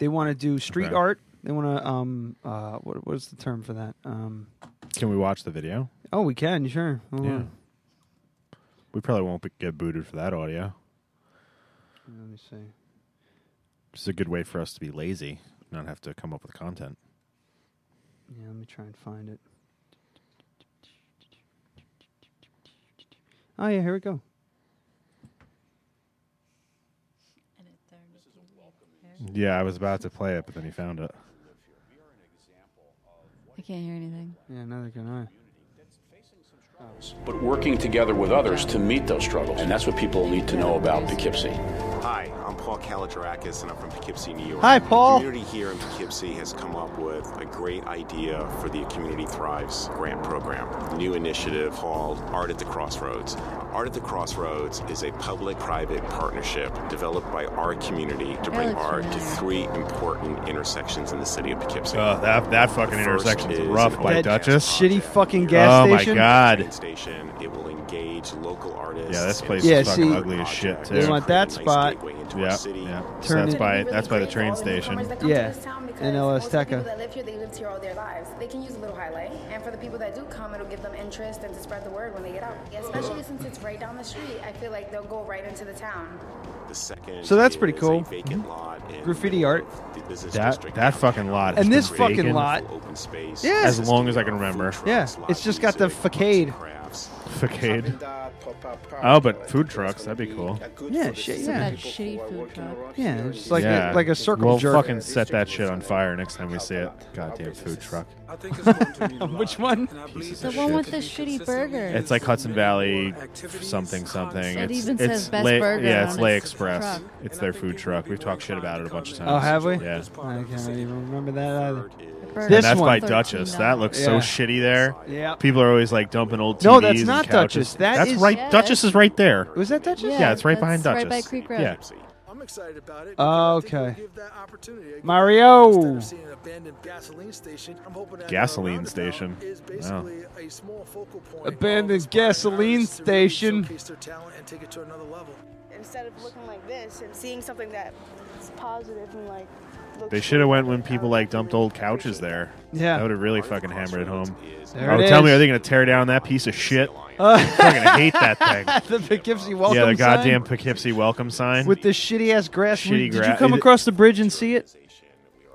They want to do street
Okay.
art. They want to, um, uh, what, what is the term for that? Um,
Can we watch the video?
oh, we can, sure. Hold
Yeah.
on.
We probably won't be, get booted for that audio.
Let me see.
It's a good way for us to be lazy, not have to come up with content.
Yeah, let me try and find it. Oh yeah, here we go.
Yeah, I was about to play it, but then he found it.
I can't hear anything.
Yeah, neither can I.
But working together with others to meet those struggles. And that's what people need to know about Poughkeepsie.
Hi, I'm Paul Kalajarakis, and I'm from Poughkeepsie, New York.
Hi, Paul.
The community here in Poughkeepsie has come up with a great idea for the Community Thrives grant program. New initiative called Art at the Crossroads. Art at the Crossroads is a public-private partnership developed by our community to bring
looks
art to three important intersections in the city of Poughkeepsie.
Oh, that that fucking
The first
intersection's
is
rough,
an
White
overpass
Duchess.
Shitty fucking
oh
gas
my
station.
god.
Station. It will engage local artists.
Yeah, this
and
place
Yeah,
is fucking
see-
ugly as shit too.
They want that spot.
Yeah, yeah. So
Turn
that's
it-
by that's by the train station.
Yeah, in El Azteca.
that live here, they lived here all their lives. They can use a little highlight, and for the people that do come, it'll give them interest and to spread the word when they get out. Especially since it's right down the street, I feel like they'll go right into the town.
The second
So that's pretty
is
cool. Mm-hmm.
A vacant lot in
Graffiti art.
the business
That
district.
that fucking lot.
And
has
this
been
fucking
vacant
lot-
Open space.
Yeah.
As long as I can remember.
Yeah, it's just got the facade.
Facade. Oh, but food trucks. That'd be cool.
Yeah, shit.
Some
Yeah,
of that shitty food truck.
yeah. It's just like
yeah.
a, like a circle
We'll
jerk.
fucking set that shit on fire next time we see it. Goddamn food truck.
Which one?
Pieces
The
of
one
shit.
with the shitty burger.
It's like Hudson Valley something something.
It
it's,
even
it's
says Best
Lay-
Burger
Yeah,
on
it's
its
Lay Express.
truck.
It's their food truck. We've talked shit about it a bunch of times.
Oh, have we?
Yeah.
I can't even remember that either.
And
This
that's
one.
by Duchess. That looks so
Yeah.
shitty there.
Yeah.
People are always like dumping old TVs.
No, that's
and
not
couches.
Duchess. That
that's
is-
right.
Yeah,
Duchess is right there.
Was that Duchess?
Yeah, it's right behind Duchess. Yeah.
I'm excited about it.
Okay. Mario.
An abandoned gasoline station. I'm hoping that
Gasoline station. Wow.
a small focal point
Abandoned gasoline station.
showcase their talent and take it to another level.
Instead of looking like this and seeing something that's positive and like looks
They should have went when people like dumped old couches there.
Yeah.
That would have really fucking hammered it home.
There
oh,
it
tell
is. Uh,
me, are they going to tear down that piece of shit? I fucking hate that thing.
the Poughkeepsie welcome
yeah,
sign
the goddamn Poughkeepsie welcome sign.
with the shitty ass grass.
Shitty
Did you
gra-
come
is it-
across the bridge and see it?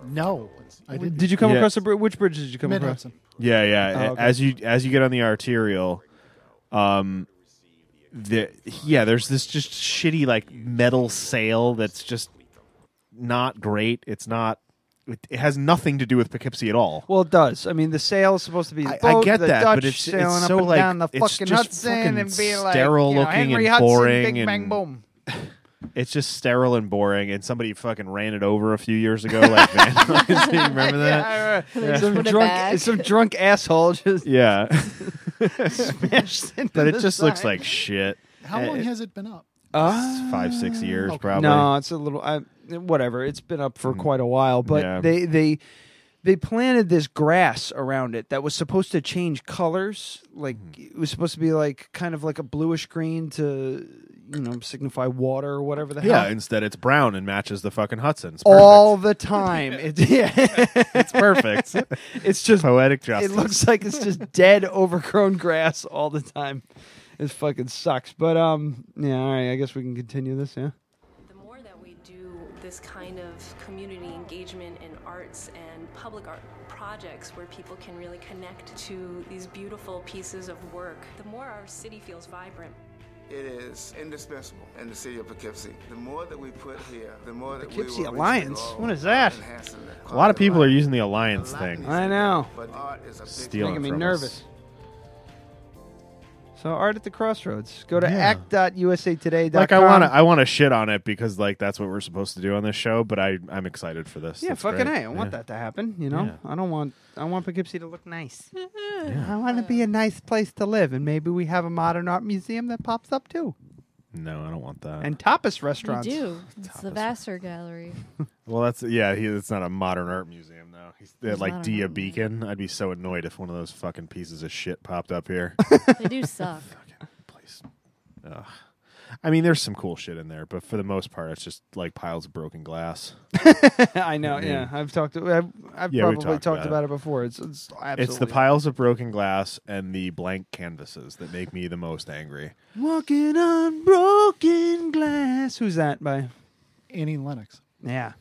No, I didn't.
Did you come
Yeah.
across the bridge? Which bridge did you come across?
Mid-Hudson.
yeah, yeah.
Oh, okay.
As you as you get on the arterial, um, the yeah, there's this just shitty like metal sail that's just not great. It's not. It, it has nothing to do with Poughkeepsie at all.
Well, it does. I mean, the sail's supposed to be. The
I
boat,
get
the
that,
Dutch
but it's- it's
sailing up
so,
and
like,
down the
it's
fucking
just
Hudson
fucking
and being like
sterile
you know,
looking
Henry
and
Hudson,
boring
Big Bang
and-
Boom.
It's just sterile and boring, and somebody fucking ran it over a few years ago, like vandalizing. Remember
Yeah,
that?
I remember. Some drunk, some drunk asshole just
Yeah.
smashed into
but it
the
just looks
sign. Ah.
like shit.
How long has it been up?
It's five, six years probably.
Oh,
Mm-hmm.
No, it's a little. I, whatever. It's been up for quite a while, but
Yeah.
they they they planted this grass around it that was supposed to change colors. Like
Mm-hmm.
it was supposed to be like kind of like a bluish green to you know signify water or whatever the
yeah,
hell.
instead it's brown and matches the fucking Hudson. It's
all the time. It, yeah.
It's perfect.
it's just
poetic
It
justice.
looks like it's just dead, overgrown grass all the time. It fucking sucks. But um, yeah. All right. I guess we can continue this. Yeah.
do this kind of community engagement in arts and public art projects where people can really connect to these beautiful pieces of work, the more our city feels vibrant.
It is indispensable in the city of Poughkeepsie. The more that we put here, the more that we
Poughkeepsie
will reach
Alliance?
the goal
What is that?
of enhancing the
a lot
quality
of people are
life.
using the alliance thing.
I know.
But art is a big
Stealing
making me
from
nervous.
us.
So art at the crossroads. Go to
Yeah.
act.usatoday.com.
Like I want to, I want to shit on it because like that's what we're supposed to do on this show. But I, I'm excited for this.
Yeah,
That's
fucking
great.
a. I want
Yeah.
that to happen. You know,
Yeah.
I don't want. I want Poughkeepsie to look nice. I want to be a nice place to live, and maybe we have a modern art museum that pops up too,
No, I don't want that.
and tapas
You
restaurants.
do. It's the Vassar Gallery.
well, that's yeah. He, it's not a modern art museum though. He's they had,
It's not
like
a
Dia Beacon. I'd be so annoyed if one of those fucking pieces of shit popped up here.
They do suck.
Ugh. I mean, there's some cool shit in there, but for the most part, it's just like piles of broken glass.
I know.
I mean-
yeah, I've talked. To, I've, I've
Yeah, we've
probably
talked
talked,
about
about
it.
it. before. It's it's absolutely.
It's the piles of broken glass and the blank canvases that make me the most angry.
Walking on broken glass. Who's that by?
Annie Lennox.
Yeah,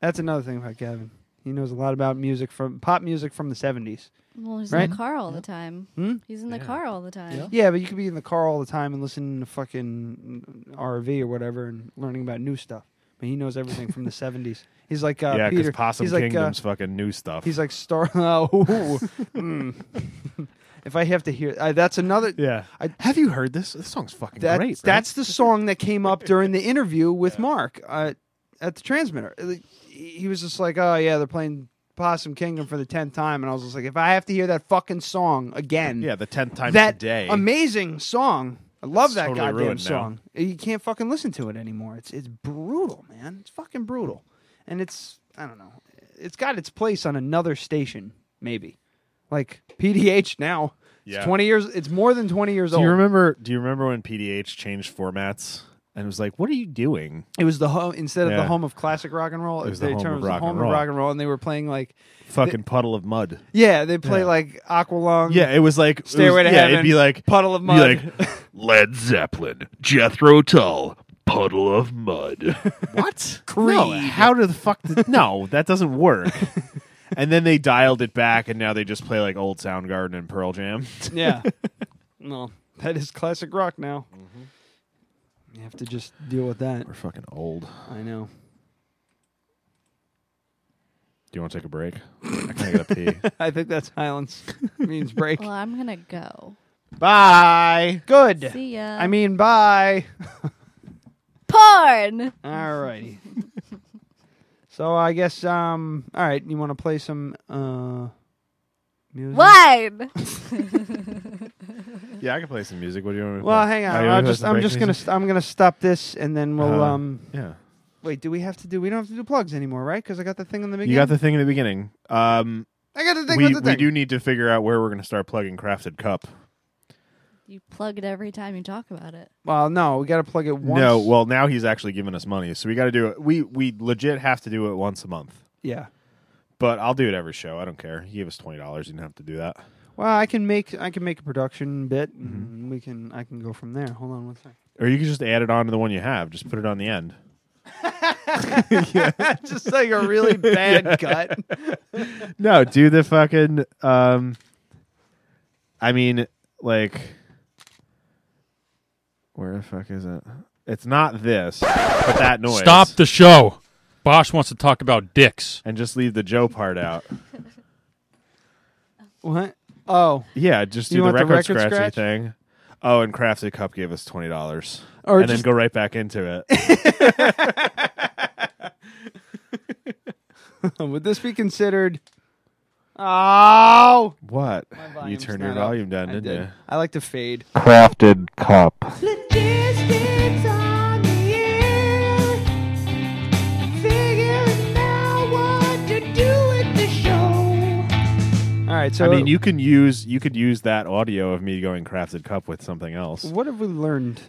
that's another thing about Gavin. He knows a lot about music from pop music from the seventies.
Well, he's
Right?
in the car all the time.
Hmm?
He's in the car all the time.
Yeah, but you could be in the car all the time and listening to fucking RV or whatever and learning about new stuff. But he knows everything from the seventies. He's like uh,
yeah,
Peter.
because Possum
he's like,
Kingdom's
uh,
fucking new stuff.
he's like Star. Oh, mm. if I have to hear, I, that's another.
yeah. Have you heard this? This song's fucking
That,
great. right?
That's the song that came up during the interview with Mark uh, at the transmitter. Like, He was just like, "Oh yeah, they're playing Possum Kingdom for the tenth time," and I was just like, "If I have to hear that fucking song again,
yeah, the tenth time
that
today.
amazing song. I love
It's
that
totally
goddamn
ruined now.
song. You can't fucking listen to it anymore. It's it's brutal, man. It's fucking brutal, and it's I don't know. It's got its place on another station, maybe, like PDH now.
Yeah.
It's twenty years. It's more than twenty years
do
old.
you remember? Do you remember when PDH changed formats and it was like, "What are you doing?"
It was the home instead of
Yeah.
the home of classic rock and roll.
It was the
they
home
turned
of
it was the
rock and
home of
roll.
rock and roll, and they were playing like
Fucking puddle of mud.
yeah, they play
Yeah.
like Aqualung.
Yeah, it was like it was-
Stairway to
yeah,
Heaven.
It'd be like
puddle of
be
mud.
like,
Led Zeppelin, Jethro Tull, Puddle of Mud.
what? No, how do the fuck? Did, no, that doesn't work. and then they dialed it back, and now they just play like old Soundgarden and Pearl Jam.
yeah. No, that is classic rock now. You have to just deal with that.
We're fucking old.
Mm-hmm. I know.
Do you want to take a break? I kind of gotta pee.
I think that silence means break.
Well, I'm gonna go.
bye. Good.
See ya.
I mean, bye.
Porn.
All righty. so I guess um. All right, you want to play some uh.
Mm-hmm.
Music?
Wine.
yeah, I can play some music. What do you want me to
Well,
play?
hang
Oh,
on.
you wanna
I'll
play
just,
some
I'm
break
just
music?
gonna st- I'm gonna stop this and then we'll
Uh-huh.
um.
Yeah.
Wait, do we have to do? We don't have to do plugs anymore, right? Because I got the thing in the beginning.
You got the thing in the beginning. Um,
I got the thing
We,
with the
we
thing.
do need to figure out where we're gonna start plugging Crafted Cup.
You plug it every time you talk about it.
Well, no, we got to plug it once.
No, well now he's actually giving us money, so we got to do it. We we legit have to do it once a month.
Yeah.
But I'll do it every show. I don't care. He gave us twenty dollars. You don't have to do that.
Well, I can make I can make a production bit,
Mm-hmm.
and we can I can go from there. Hold on one second.
Or you can just add it on to the one you have. Just put it on the end.
Just like a really bad
Yeah.
cut.
No, do the fucking. Um, I mean, like, where the fuck is it? It's not this, but that noise.
Stop the show. Bosch wants to talk about dicks.
And just leave the Joe part out.
What? Oh,
Yeah, just
You
do the
want the
record,
record
scratchy
scratch?
thing. Oh, and Crafted Cup gave us twenty dollars,
Or
and
just-
then go right back into it.
Would this be considered? Oh,
what?
My
You
volume's
turned your
not up.
volume down,
I
didn't
did.
you?
I like to fade.
Crafted Cup.
All right, so
I mean, you can use you could use that audio of me going Crafted Cup with something else.
What have we learned?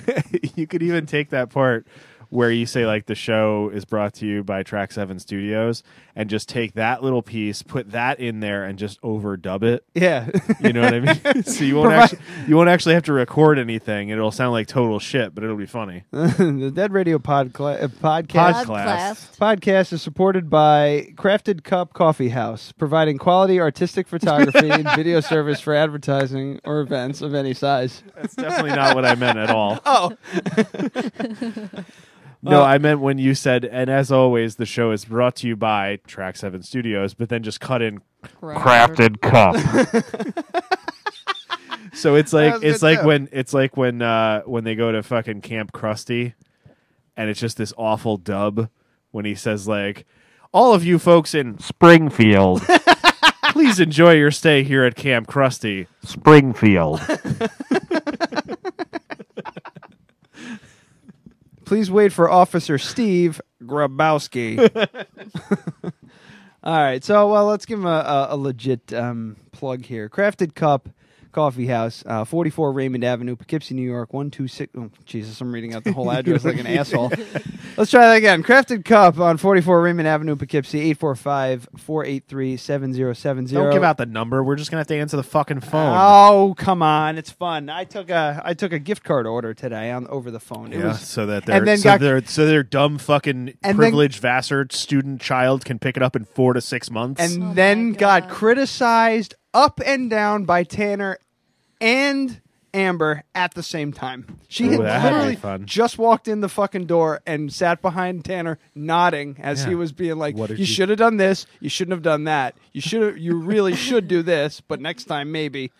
you could even take that part where you say like the show is brought to you by Track 7 Studios and just take that little piece, put that in there and just overdub it.
Yeah.
You know what I mean? so you won't
Provide-
actually you won't actually have to record anything. It'll sound like total shit, but it'll be funny.
the Dead Radio podcla- uh, podcast
Podcast.
podcast is supported by Crafted Cup Coffee House, providing quality artistic photography and video service for advertising or events of any size.
That's definitely not what I meant at all.
Oh.
No,
Uh,
I meant when you said, and as always, the show is brought to you by Track 7 Studios, but then just cut in
Crafted Cup.
so it's
That
like
was
it's
good
like
too.
when it's like when uh when they go to fucking Camp Krusty and it's just this awful dub when he says like all of you folks in Springfield please enjoy your stay here at Camp Krusty Springfield
Please wait for Officer Steve Grabowski. All right, so well, let's give him a, a, a legit um, plug here. Crafted Cup Coffee House, uh, 44 Raymond Avenue, Poughkeepsie, New York, 126. Oh, Jesus, I'm reading out the whole address like an asshole. Let's try that again. Crafted Cup on 44 Raymond Avenue, Poughkeepsie, 845 483 7070.
Don't give out the number we're just going to have to answer the fucking phone
Oh come on! It's fun. I took a I took a gift card order today on over the phone. It
yeah,
was-
so that
and
their
then
so
got-
their so their dumb fucking
then-
privileged Vassar student child can pick it up in four to six months.
and then got criticized up and down by Tanner and Amber at the same time. She
Ooh,
had
that had to be
literally
fun.
just walked in the fucking door and sat behind Tanner, nodding as
Yeah.
he was being like,
What did
"You
you-
should have done this. You shouldn't have done that. You should have. You really should do this, but next time maybe."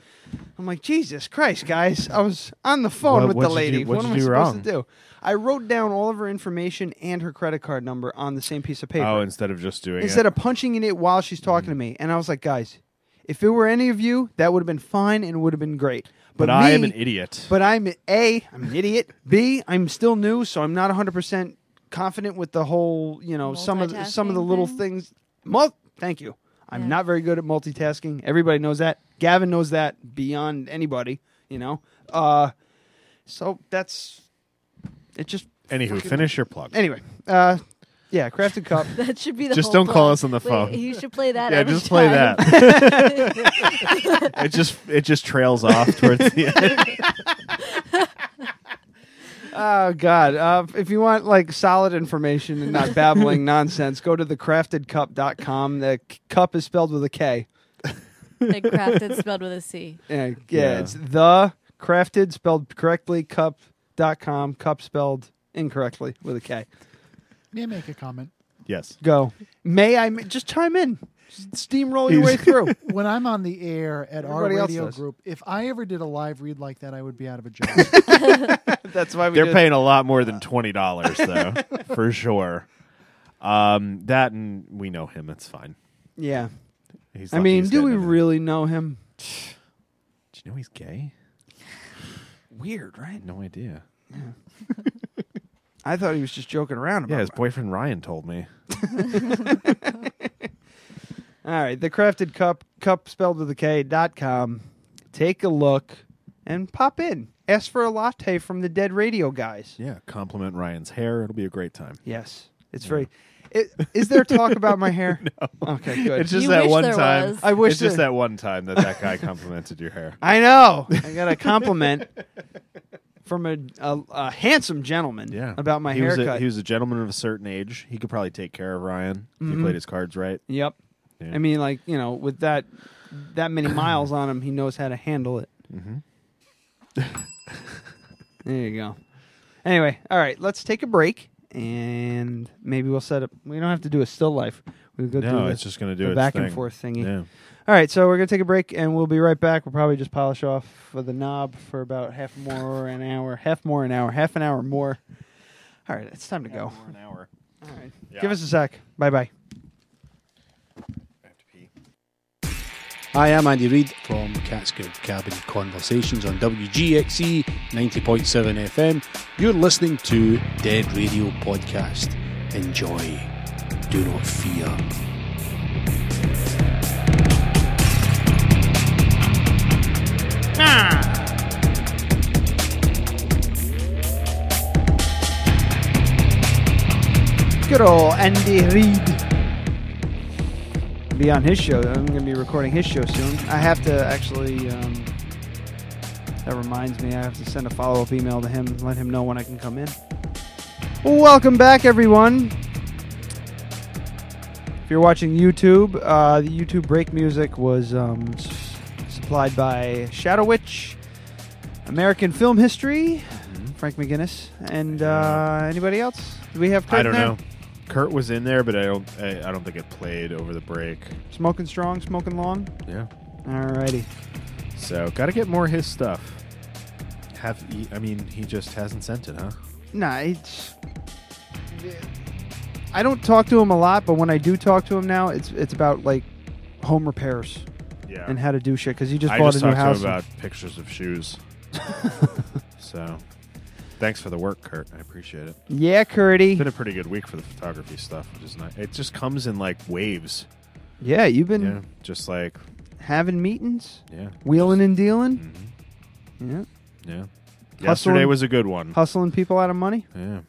I'm like, Jesus Christ, guys! I was on the phone
What-
with the
what'd you do-
lady. what
what'd
am I
you do
supposed
wrong?
to do? I wrote down all of her information and her credit card number on the same piece of paper
oh, instead of just doing
instead
it.
of punching in it while she's talking
Mm-hmm.
to me. And I was like, guys, if it were any of you, that would have been fine and would have been great.
but
But,
I am
me-
an idiot.
But I'm a I'm an idiot. B I'm still new, so I'm not 100 percent confident with the whole you know some of the, some of the little things. Mul- Thank you. I'm not very good at multitasking. Everybody knows that. Gavin knows that beyond anybody. You know. Uh, so that's it. Just
Anywho,
fucking-
finish your plug.
Anyway, uh, yeah, crafted cup.
That should be the
Just
whole
don't call
plug.
us on the
Wait,
phone.
you should play that.
yeah,
every
just play
time.
that. it just it just trails off towards the end.
Oh God! Uh, if you want like solid information and not babbling nonsense, go to thecraftedcup.com. The c- cup is spelled with a K.
Like crafted spelled with a C.
Yeah, yeah,
Yeah.
it's the crafted spelled correctly cup.com. Cup spelled incorrectly with a K.
May I make a comment?
Yes.
Go. May I ma- just chime in? Just Steamroll your way through.
when I'm on the air at our
Everybody else
radio
does.
group, if I ever did a live read like that, I would be out of a job.
That's why we Uh.
They're
did-
paying a lot more than twenty dollars though, for sure. Um, that and we know him. It's fine.
Yeah.
He's
I
lucky
mean,
he's
do
getting
we
into-
really know him?
Do you know he's gay?
Weird, right?
No idea.
I thought he was just joking around about
Yeah, his boyfriend Ryan told me.
All right, the crafted cup, cup spelled with a K dot com. Take a look and pop in. Ask for a latte from the Dead Radio guys.
Yeah, compliment Ryan's hair. It'll be a great time.
Yes, it's very. It, is there talk about my hair? Okay, good.
It's just that one time.
I wish
It's just
there-
that one time that that guy complimented your hair.
I know. I got a compliment from a, a, a handsome gentleman
Yeah.
about my
he Was a,
haircut.
he was a gentleman of a certain age. He could probably take care of Ryan if
Mhm.
he played his cards right.
yep.
Yeah.
I mean, like you know, with that that many miles on him, he knows how to handle it.
Mm-hmm.
There you go. Anyway, all right, let's take a break and maybe we'll set up. We don't have to do a still life. We'll go
No,
through
it's just gonna do
the
its
back and
thing.
forth thingy.
Yeah.
All right, so we're gonna take a break and we'll be right back. We'll probably just polish off for the knob for about half more an hour, half more an hour, half an hour more. All right, it's time to go.
an hour.
All right. Give us a sec. Bye bye.
Hi, I'm Andy Reid from Catskill Cabin Conversations on WGXE 90.7 FM. You're listening to Dead Radio Podcast. Enjoy. Do not fear.
Good old Andy Reid. Be on his show. I'm going to be recording his show soon. I have to actually. Um, that reminds me, I have to send a follow up email to him, let him know when I can come in. Welcome back, everyone. If you're watching YouTube, uh, the YouTube break music was um, s- supplied by Shadow Witch, American Film History,
Mm-hmm.
Frank McGinnis, and uh, anybody else? Do we have? Kurt
I don't
in there?
know. Kurt was in there, but I don't. I, I don't think it played over the break.
Smoking strong, smoking long.
Yeah.
Alrighty.
So gotta get more of his stuff. Have he, I mean he just hasn't sent it, huh?
Nah, it's. I don't talk to him a lot, but when I do talk to him now, it's it's about like home repairs.
Yeah.
And how to do shit because you just
I
bought
just
a new
talked
house.
to him about pictures of shoes. so, thanks for the work, Kurt. I appreciate it.
Yeah, Curdy.
It's been a pretty good week for the photography stuff, which is nice. It just comes in like waves.
yeah, you've been
Yeah, just like
having meetings.
Yeah. Mm-hmm.
Wheeling and dealing. Yeah.
yeah. Yesterday
Hustling-
was a good one.
Hustling people out of money.
Yeah.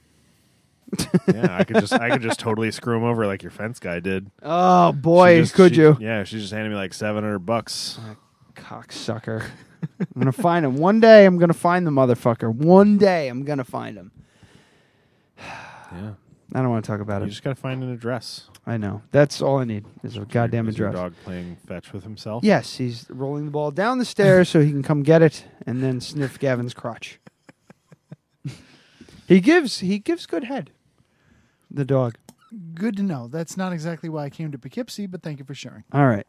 yeah, I could just I could just totally screw him over like your fence guy did.
Oh, boy,
She just-
could
she-
you.
Yeah, she just handed me like seven hundred bucks.
Cocksucker. I'm gonna find him one day. I'm gonna find the motherfucker. One day I'm gonna find him.
Yeah.
I don't want to talk about
You
it.
just gotta find an address.
I know. That's all I need is a goddamn
Is your
address.
dog playing fetch with himself?
Yes, he's rolling the ball down the stairs so he can come get it and then sniff Gavin's crotch. he gives he gives good head. The dog.
Good to know. That's not exactly why I came to Poughkeepsie, but thank you for sharing.
All right.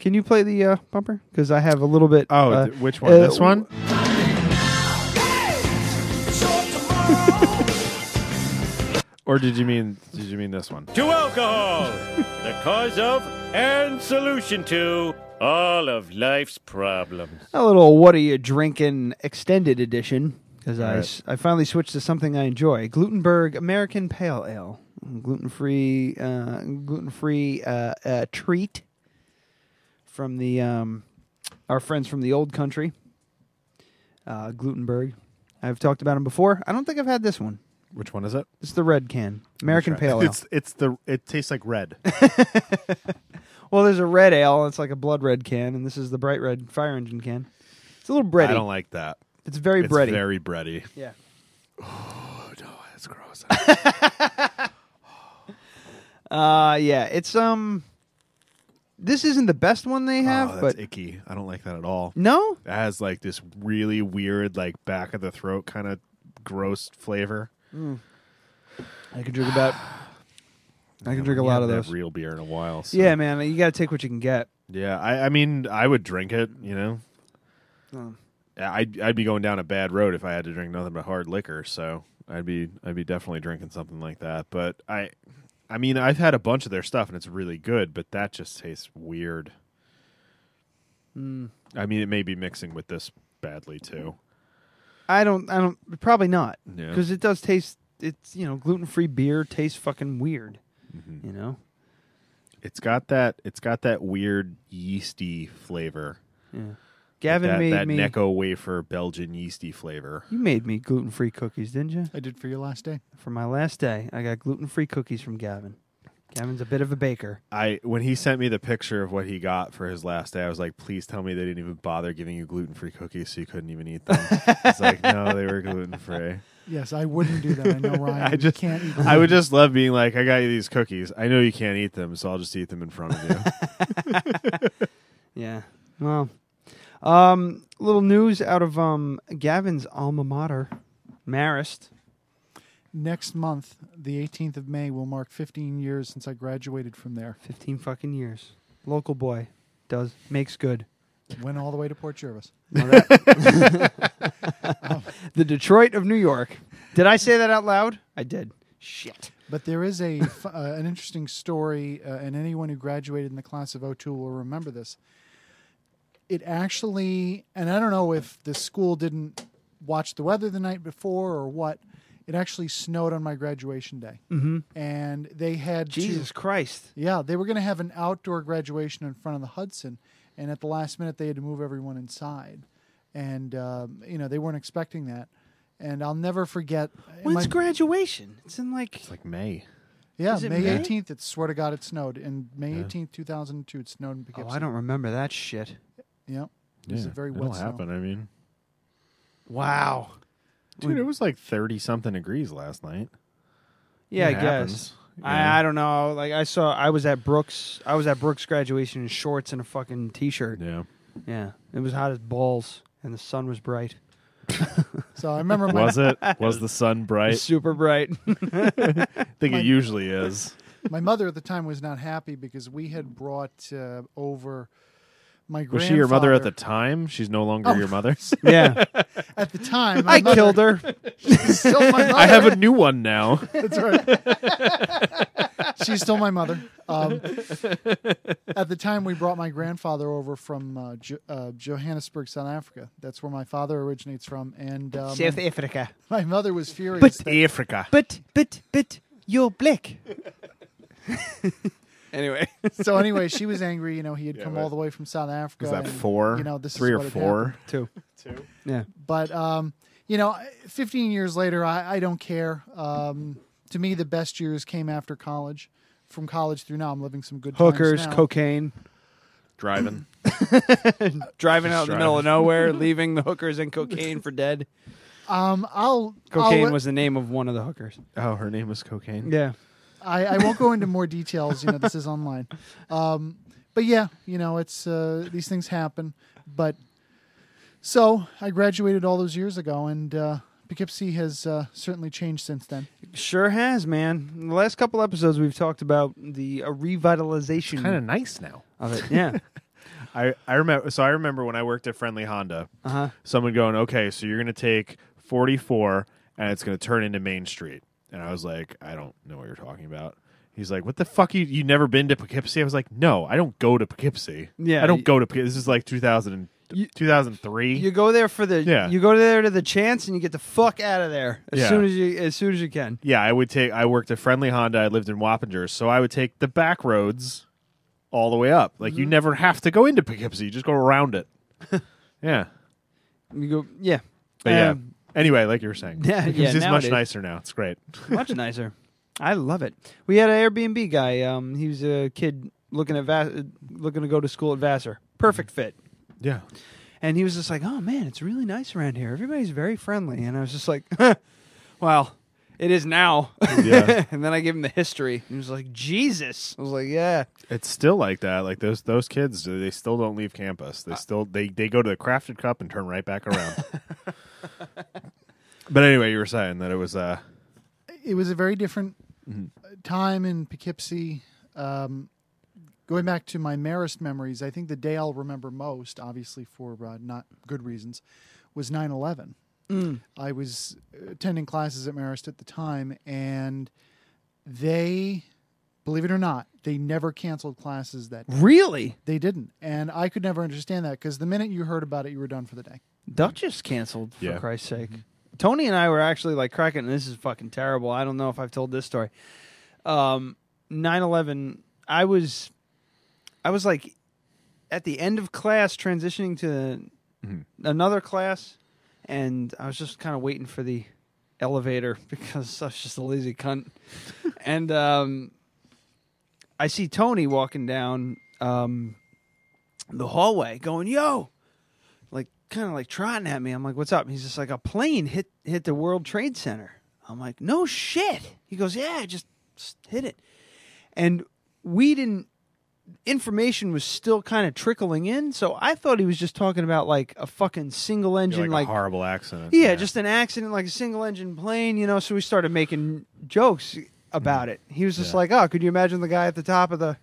Can you play the uh, bumper? Because I have a little bit.
Oh,
uh,
th- which one?
uh,
this one? or did you mean did you mean this one?
To alcohol, the cause of and solution to all of life's problems.
A little what are you drinking extended edition because I,
All right.
s- I finally switched to something I enjoy: Glutenberg American Pale Ale, gluten free uh, gluten free uh, uh, treat from the um, our friends from the old country. Uh, Glutenberg, I've talked about them before. I don't think I've had this one.
Which one is it?
It's the red can American
Let me try.
Pale Ale.
It's it's the it tastes like red.
well, there's a red ale. It's like a blood red can, and this is the bright red fire engine can. It's a little bready.
I don't like that.
It's very bready.
Very bready.
Yeah.
Oh no, that's gross.
Uh yeah, it's um this isn't the best one they have,
oh, that's
but
icky. I don't like that at all.
No?
It has like this really weird, like back of the throat kind of gross flavor.
Mm. I could drink about I can drink a
Yeah,
lot of
I haven't had
those.
real beer in a while. so-
Yeah, man, you got to take what you can get.
Yeah, I, I mean, I would drink it. You know,
Um,
I'd I'd be going down a bad road if I had to drink nothing but hard liquor. So I'd be I'd be definitely drinking something like that. But I, I mean, I've had a bunch of their stuff and it's really good, but that just tastes weird.
mm.
I mean, it may be mixing with this badly too.
I don't I don't probably not
Yeah.
cuz it does taste it's, you know, gluten-free beer tastes fucking weird.
Mm-hmm.
You know?
It's got that it's got that weird yeasty flavor.
Yeah. Gavin
that,
made
that
me-
Necco wafer Belgian yeasty flavor.
You made me gluten-free cookies, didn't you?
I did for your last day.
For my last day, I got gluten-free cookies from Gavin. Gavin's a bit of a baker.
I when he sent me the picture of what he got for his last day, I was like, "Please tell me they didn't even bother giving you gluten free cookies, so you couldn't even eat them." it's like, no, they were gluten free.
Yes, I wouldn't do that. I know Ryan.
I
You
just
can't eat
I would
gluten.
just love being like, "I got you these cookies. I know you can't eat them, so I'll just eat them in front of you."
Yeah. Well, um, little news out of um, Gavin's alma mater, Marist.
Next month, the 18th of May, will mark 15 years since I graduated from there.
15 fucking years. Local boy does makes good.
Went all the way to Port Jervis.
Now that- the Detroit of New York.
Did I say that out loud? I did. Shit.
But there is a f- uh, an interesting story, uh, and anyone who graduated in the class of 02 will remember this. It actually, and I don't know if the school didn't watch the weather the night before or what. It actually snowed on my graduation day,
Mhm.
and they had to-
Jesus Christ.
Yeah, they were going to have an outdoor graduation in front of the Hudson, and at the last minute they had to move everyone inside, and um, you know they weren't expecting that. And I'll never forget.
When's
my-
graduation? It's in like
It's like May.
yeah,
Is it
May
May?
eighteenth. It swear to God, it snowed. In May eighteenth, two thousand two, it snowed in Poughkeepsie.
Oh, I don't remember that shit.
Yep. It was a very
it'll
wet snow.
happen. I mean,
Wow.
dude, it was like thirty something degrees last night.
Yeah,
It
I
happens,
guess.
you know?
I, I don't know. Like I saw, I was at Brooks. I was at Brooks graduation in shorts and a fucking t-shirt.
Yeah,
yeah. It was hot as balls, and the sun was bright.
So I remember my-
was it? Was the sun bright?
Super bright.
I think it usually is.
My mother at the time was not happy because we had brought uh, over my grandfather.
Was she your mother at the time? She's no longer
Oh.
your mother.
Yeah.
At the time, my
I
mother-
killed her.
She's still my mother.
I have a new one now.
That's right. She's still my mother. Um, at the time, we brought my grandfather over from uh, jo- uh, Johannesburg, South Africa. That's where my father originates from. And um,
South Africa.
My mother was furious. that-
Africa.
But but but you're black. anyway.
so anyway, she was angry. You know, he had come all the way from South Africa.
Was that
and,
four?
You know, this
three
is
or
what had
four?
happened.
Two.
Two.
Yeah.
But um, you know, 15 years later, I, I don't care. Um, to me, the best years came after college. From college through now, I'm living some good times
Hookers,
now.
cocaine,
driving,
driving out in the middle
driving.
of nowhere, leaving the hookers and cocaine for dead.
Um, I'll
Cocaine
I'll,
was the name of one of the hookers.
Oh, her name was cocaine.
Yeah.
I, I won't go into more details. You know, this is online. Um, but yeah, you know, it's uh, these things happen. But so I graduated all those years ago, and uh, Poughkeepsie has uh, certainly changed since then.
Sure has, man. In the last couple episodes, we've talked about the uh, revitalization.
kinda nice now.
Of it, yeah.
I, I remember so I remember when I worked at Friendly Honda,
Uh-huh.
someone going, "Okay, so you're going to take 44 and it's going to turn into Main Street." And I was like, "I don't know what you're talking about." He's like, "What the fuck? You you never been to Poughkeepsie?" I was like, "No, I don't go to Poughkeepsie.
Yeah,
I don't
y-
go to Poughkeepsie. This is like 2000 and, 2003.
you go there for the.
Yeah.
You go there to the chance, and you get the fuck out of there as
Yeah.
soon as you as soon as you can.
yeah, I would take. I worked at Friendly Honda. I lived in Wappinger, so I would take the back roads all the way up. Like
Mm-hmm.
you never have to go into Poughkeepsie; you just go around it. yeah,
You go, yeah.
but yeah.
Um,
Anyway, like you were saying,
Yeah, yeah,
Poughkeepsie's
now
much
it is.
nicer now. It's great.
much nicer. I love it. We had an Airbnb guy. Um, he was a kid looking at Va- uh, looking to go to school at Vassar. Perfect fit.
Yeah.
And he was just like, "Oh man, it's really nice around here. Everybody's very friendly." And I was just like, "Huh, "Well, it is now."
Yeah.
and then I gave him the history. He was like, "Jesus." I was like, "Yeah."
It's still like that. Like those those kids, they still don't leave campus. They still they they go to the crafted cup and turn right back around. but anyway, you were saying that it was uh
It was a very different uh,
Mhm.
time in Poughkeepsie. Um, going back to my Marist memories, I think the day I'll remember most, obviously for uh, not good reasons, was 9 11.
Mm.
I was attending classes at Marist at the time, and they, believe it or not, they never canceled classes that day.
Really?
They didn't. And I could never understand that because the minute you heard about it, you were done for the day.
Duchess canceled for
Yeah.
Christ's sake. Tony and I were actually like cracking. This is fucking terrible. I don't know if I've told this story. Um, 9-11, I was, I was like, at the end of class, transitioning to another class, and I was just kind of waiting for the elevator because I was just a lazy cunt. and um, I see Tony walking down um, the hallway, going, "Yo, like kind of like trotting at me. I'm like, "What's up?" And he's just like, "A plane hit hit the World Trade Center." I'm like, "No shit." He goes, "Yeah, it just, just hit it." And we didn't information was still kind of trickling in, so I thought he was just talking about like a fucking single
Yeah,
engine,
like,
like,
a horrible accident.
yeah, just an accident, like a single engine plane, you know. So we started making jokes about it. He was just like, "Oh, could you imagine the guy at the top of the?"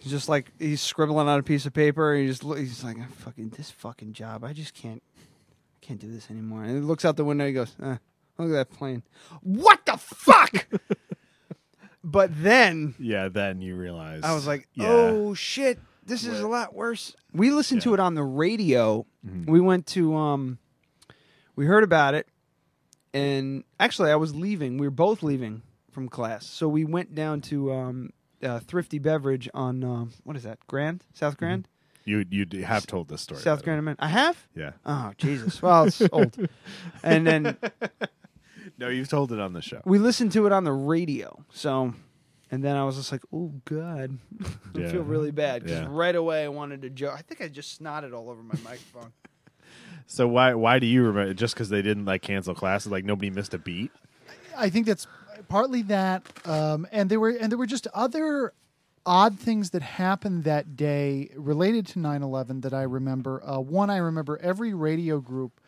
He's just like he's scribbling on a piece of paper. And he just lo- he's like, "I "Fucking this fucking job, I just can't, I can't do this anymore." And he looks out the window. He goes, eh, "Look at that plane! What the fuck?" but then
Yeah, then you realize.
I was like,
yeah.
"Oh shit, this is a lot worse." We listened to it on the radio. We went to um we heard about it and actually I was leaving. We were both leaving from class. So we went down to um uh, Thrifty Beverage on um what is that? Grand? South Grand?
you you d- have told this story.
South
by
Grand. I have?
the way. Yeah.
Oh, Jesus. Well, it's old. And then
no, you've told it on the show.
we listened to it on the radio. So, and then I was just like, oh, God. I
Yeah.
feel really bad. Because
Yeah.
right away I wanted to joke. I think I just snotted all over my microphone.
So why why do you remember? Just because they didn't like cancel classes, like nobody missed a beat.
I think that's partly that, um, and there were and there were just other odd things that happened that day related to 9/11 that I remember. Uh, one, I remember every radio group,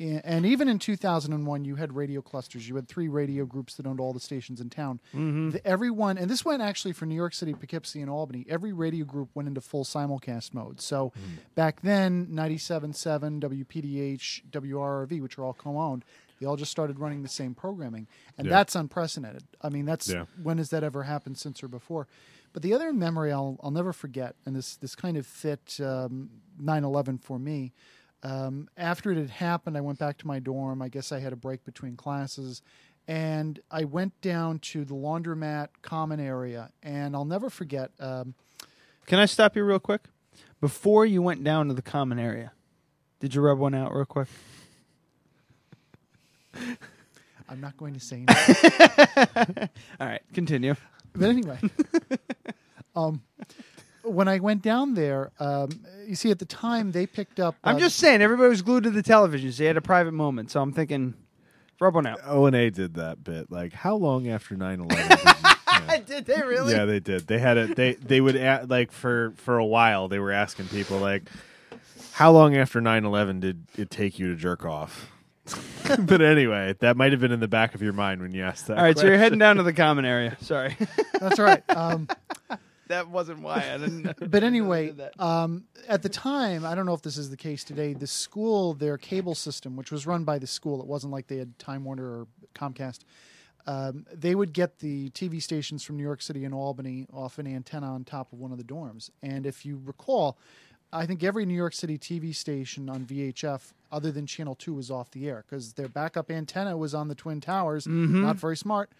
i- and even in 2001, you had radio clusters. You had three radio groups that owned all the stations in town. The- everyone, and this went actually for New York City, Poughkeepsie, and Albany. Every radio group went into full simulcast mode. So back then, 97.7, WPDH, WRRV, which are all co-owned. They all just started running the same programming, and
Yeah.
that's unprecedented. I mean, that's
Yeah.
when has that ever happened since or before? But the other memory I'll, I'll never forget, and this this kind of fit um, 9/11 for me. Um, after it had happened, I went back to my dorm. I guess I had a break between classes, and I went down to the laundromat common area. And I'll never forget. Um,
Can I stop you real quick? Before you went down to the common area, did you rub one out real quick?
I'm not going to say. anything.
All right, continue.
But anyway, um, when I went down there, um, you see, at the time they picked up.
I'm
uh,
just saying, everybody was glued to the television, so they had a private moment. So I'm thinking, rub one out.
O and A did that bit. Like how long after 9-11?
did they really?
yeah, they did. They had it. They they would at, like for for a while. They were asking people like, how long after 9-11 did it take you to jerk off? but anyway, that might have been in the back of your mind when you asked that.
All right, so you're
question.
heading down to the common area. Sorry.
That's all right. Um,
that wasn't why I didn't.
but anyway, um, at the time, I don't know if this is the case today. The school, their cable system, which was run by the school, it wasn't like they had Time Warner or Comcast. Um, they would get the TV stations from New York City and Albany off an antenna on top of one of the dorms. And if you recall, I think every New York City TV station on VHF, other than Channel 2, was off the air because their backup antenna was on the Twin Towers.
Mhm.
Not very smart.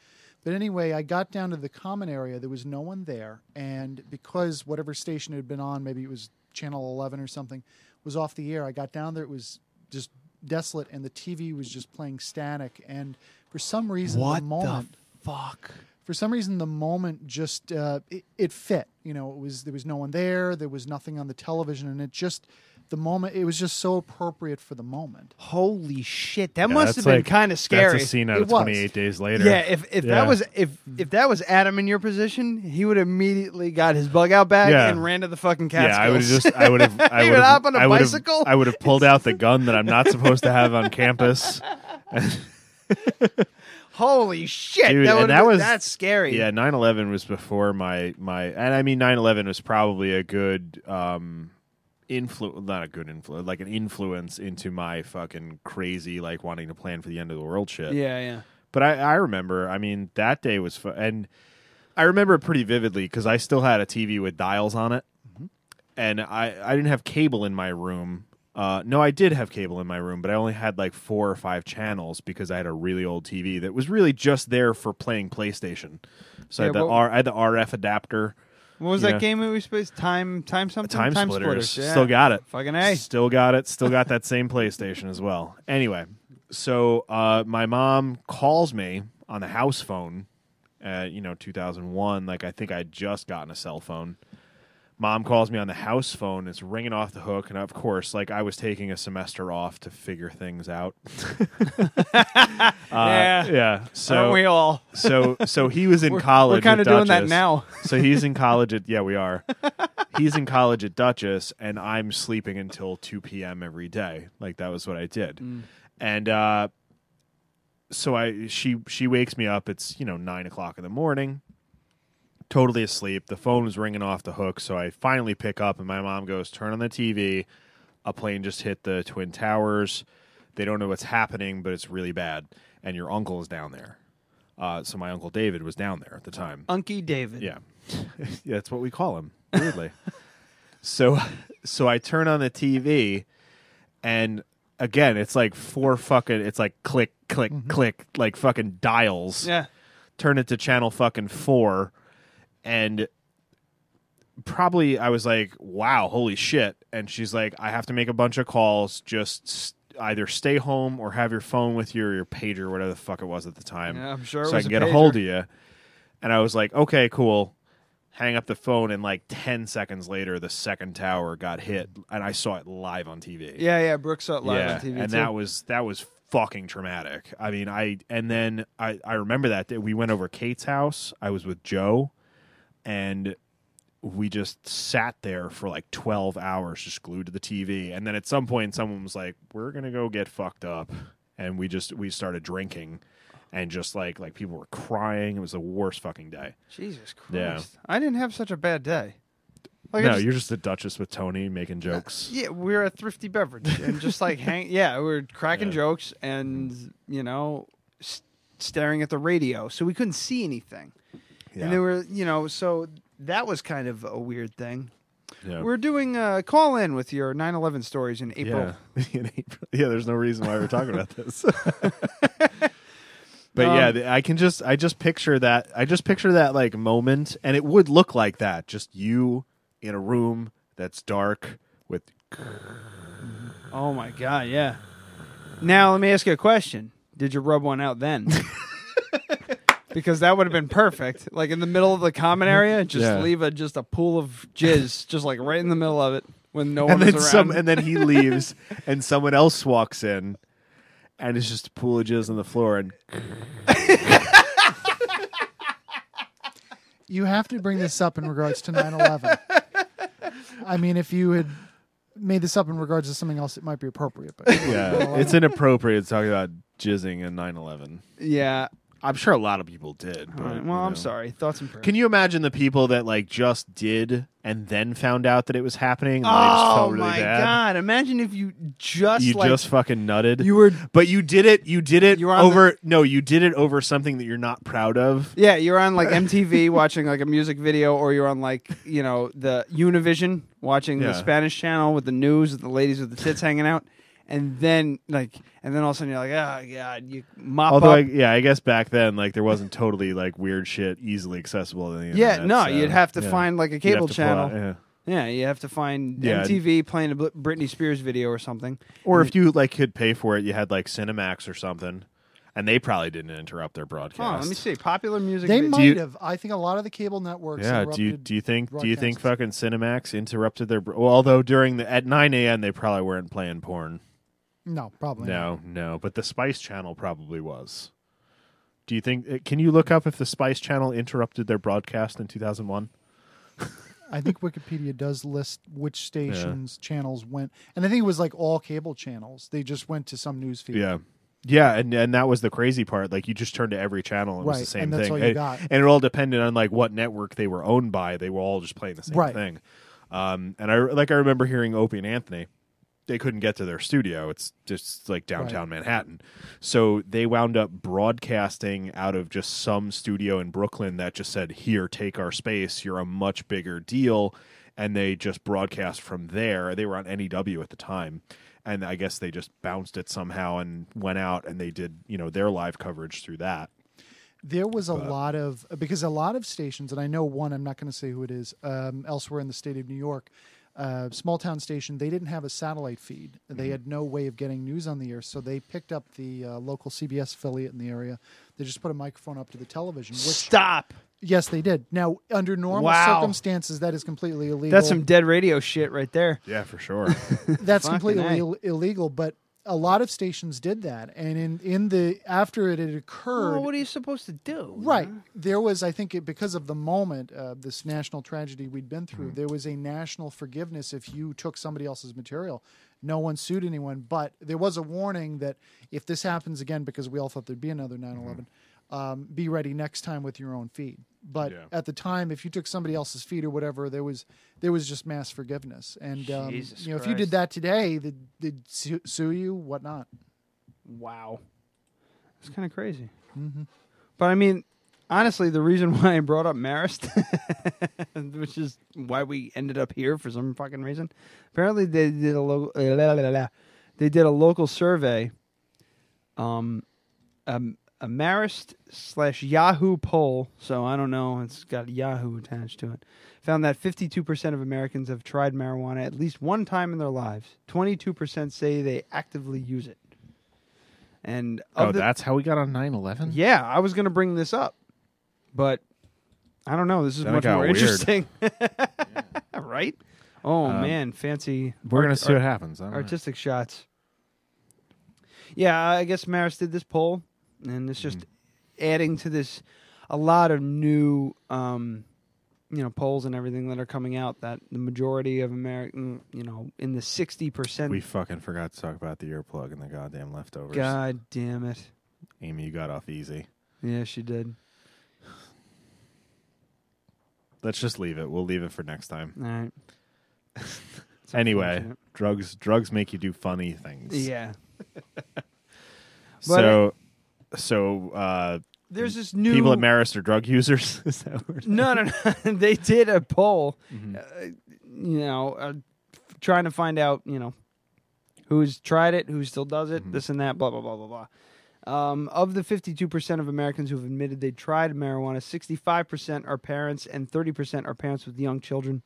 But anyway, I got down to the common area. There was no one there. And because whatever station it had been on, maybe it was Channel 11 or something, was off the air, I got down there. It was just desolate, and the TV was just playing static. And for some reason,
What
the
the
moment.
fuck?
For some reason, the moment just uh, it, it fit. You know, it was there was no one there, there was nothing on the television, and it just the moment it was just so appropriate for the moment.
Holy shit! That
Yeah,
must
that's
have been
like-
kind of
that's a
scary.
scene out of
It was.
28 days later.
Yeah, if if
Yeah.
that was if if that was Adam in your position, he would immediately got his bug out bag
Yeah.
and ran to the fucking
Yeah,
Catskills.
I would have just, I would have, I
He
would have,
hop on a
I would have-
bicycle.
I would have pulled out the gun that I'm not supposed to have on campus.
Holy shit!
Dude,
that
and
would
that was
that's scary.
Yeah, 9/11 was before my my, and I mean 9/11 was probably a good um influence, not a good influence, like an influence into my fucking crazy like wanting to plan for the end of the world shit.
Yeah, yeah.
But I I remember, I mean that day was fu- and I remember it pretty vividly because I still had a TV with dials on it, and I I didn't have cable in my room. Uh, no, I did have cable in my room, but I only had like four or five channels because I had a really old TV that was really just there for playing PlayStation. So I had
Yeah,
the
but-
R, I had the RF adapter.
What was
you
that
know,
game that we played? Time, time something.
Time, splitters.
yeah.
Still got it.
Fucking a.
Still got it. Still got that same PlayStation as well. Anyway, so uh, my mom calls me on the house phone. Uh, you know, 2001. Like I think I would just gotten a cell phone. Mom calls me on the house phone. It's ringing off the hook, and of course, like I was taking a semester off to figure things out. Uh,
Yeah.
yeah. So
Aren't we all?
so so he was in
We're-
college.
we're kinda
at
doing that
Dutchess.
now.
so he's in college at yeah we are he's in college at Duchess, and I'm sleeping until 2 p.m. every day. Like that was what I did,
Mm.
and uh, so I she she wakes me up. It's you know nine o'clock in the morning. Totally asleep. The phone was ringing off the hook, so I finally pick up, and my mom goes, "Turn on the TV. A plane just hit the twin towers. They don't know what's happening, but it's really bad. And your uncle is down there." Uh, so my uncle David was down there at the time.
Unky David.
Yeah. yeah, that's what we call him. Weirdly. so so I turn on the TV and again it's like four fucking it's like click click click like fucking dials.
Mm-hmm. Yeah.
Turn it to channel fucking 4 and probably I was like, "Wow, holy shit." And she's like, "I have to make a bunch of calls. Just s- either stay home or have your phone with you or your pager, whatever the fuck it was at the time."
Yeah, I'm sure it
so I
was
can
a
get a
pager.
hold of you. And I was like, "Okay, cool." Hang up the phone, and like ten seconds later, the second tower got hit, and I saw it live on TV
Yeah, yeah. Brooks saw it live on TV.
and
too.
that was that was fucking traumatic. I mean, I and then I I remember that day we went over Kate's house. I was with Joe, and we just sat there for like twelve hours, just glued to the TV. And then at some point, someone was like, "We're gonna go get fucked up," and we just we started drinking, and just like like people were crying. It was the worst fucking day.
Jesus Christ.
Yeah.
I didn't have such a bad day. Like, I
no,
just-
you're just the Duchess with Tony making jokes.
Yeah, we were at Thrifty Beverage and just like hang. Yeah, we were cracking
Yeah.
jokes and you know s- staring at the radio, so we couldn't see anything.
Yeah.
And there were you know so that was kind of a weird thing.
Yeah.
We're doing a call in with your 9/11 stories in April.
Yeah. In April. Yeah, there's no reason why we're talking about this. but yeah,
Um,
the- I can just I just picture that I just picture that like moment and it would look like that. Just you in a room that's dark with
Oh my god, yeah. Now let me ask you a question. Did you rub one out then? because that would have been perfect. Like in the middle of the common area, just
Yeah.
leave a just a pool of jizz, just like right in the middle of it when no
and
one
then
is around.
some and then he leaves and someone else walks in and it's just a pool of jizz on the floor and
You have to bring this up in regards to 9/11. I mean, if you had made this up in regards to something else, it might be appropriate. But
yeah, it's inappropriate to talk about jizzing in 9/11.
Yeah.
I'm sure a lot of people did. But,
All right,
you
well, I'm
know.
sorry. Thoughts and prayers.
Can you imagine the people that like just did and then found out that it was happening? And they just
oh
felt really
my
bad?
god! Imagine if you just
You
like
just fucking nutted.
You were-
but you did it. You did it
You were on
over. No, you did it over something that you're not proud of.
yeah, you're on like MTV watching like a music video, or you're on like you know the Univision watching
Yeah.
the Spanish channel with the news with the ladies with the tits hanging out, and then like and then all of a sudden you're like, oh god, you mop
Although,
up.
I, yeah, I guess back then, like there wasn't totally like weird shit easily accessible. To the
Yeah,
internet,
no,
so,
you'd have to
uh, yeah.
find like a
You'd have
cable
to pull out-
channel.
yeah.
yeah. you have to find
Yeah.
MTV playing a Bl- Britney Spears video or something.
Or
And
if you like could pay for it, you had like Cinemax or something, and they probably didn't interrupt their
then- Hold on,
broadcast.
Oh, let me see. Popular music.
they
video.
might
you-
have. I think a lot of the cable networks.
Yeah. Do you
interrupted
do you think do you think
broadcasts.
fucking Cinemax interrupted their? br- Well, although during the at nine a.m. they probably weren't playing porn.
No, probably. not.
No, no, but the Spice Channel probably was. Do you think? uh, Can you look up if the Spice Channel interrupted their broadcast in two thousand one?
I think Wikipedia does list which stations channels went, and I think it was like all cable channels. They just went to some news feed.
Yeah. Yeah, and, and that was the crazy part. Like you just turned to every channel, and it was
Right,
the same
and that's
thing,
all you
and,
got.
and it all depended on like what network they were owned by. They were all just playing the same
Right.
thing. Um, and I like I remember hearing Opie and Anthony. They couldn't get to their studio. It's just like downtown Manhattan, so they wound up broadcasting out of just some studio in Brooklyn that just said, "Here, take our space. You're a much bigger deal." And they just broadcast from there. They were on NEW at the time and I guess they just bounced it somehow and went out and they did you know their live coverage through that.
There was a
But-
lot of because a lot of stations, and I know one. I'm not going to say who it is. Um, elsewhere in the state of New York, uh, small town station, they didn't have a satellite feed.
Mm-hmm.
They had no way of getting news on the air, so they picked up the uh, local CBS affiliate in the area. They just put a microphone up to the television. Which,
Stop.
Yes, they did. Now, under normal
Wow.
circumstances, that is completely illegal.
That's some dead radio shit right there.
Yeah, for sure.
That's
Fucking
completely
A.
Ill- illegal. But a lot of stations did that, and in in the after it had occurred,
Well, what are you supposed to do?
Right. There was, I think, it, because of the moment, uh, this national tragedy we'd been
Mm-hmm.
through, there was a national forgiveness if you took somebody else's material. No one sued anyone, but there was a warning that if this happens again, because we all thought there'd be another 9 11,
Mm-hmm.
um, be ready next time with your own feed. But
Yeah.
at the time, if you took somebody else's feed or whatever, there was there was just mass forgiveness, and um, you know
Jesus
if you
Christ.
did that today, they'd, they'd su- sue you, whatnot.
Wow. It's kind of crazy. But I mean, honestly, the reason why I brought up Marist, which is why we ended up here for some fucking reason, apparently they did a local they did a local survey, um, um a Marist slash Yahoo poll. So I don't know, it's got Yahoo attached to it. Found that fifty two percent of Americans have tried marijuana at least one time in their lives. Twenty two percent say they actively use it. And
Oh,
of the-
that's how we got on 9-11?
yeah, I was going to bring this up, but I don't know. This is
Then it
much
got
more
weird.
interesting, right? Oh
Um,
man, fancy.
we're gonna see what
art-
happens. I don't know.
Artistic shots. Yeah, I guess Maris did this poll, and it's just
Mm-hmm.
adding to this a lot of new, um, you know, polls and everything that are coming out. That the majority of American, you know, in the sixty percent.
We fucking forgot to talk about the earplug and the goddamn leftovers.
God damn it!
Amy, you got off easy.
Yeah, she did.
Let's just leave it. We'll leave it for next time.
All right.
Anyway, drugs drugs make you do funny things.
Yeah.
so so uh
There's this
people at
new-
Marist are drug users. Is that what-
no, no, no. they did a poll,
Mm-hmm.
uh, you know, uh, trying to find out, you know, who's tried it, who still does
Mm-hmm.
it, this and that, blah, blah, blah, blah, blah. Um, of the 52% of Americans who've admitted they tried marijuana, 65% are parents and 30% are parents with young children.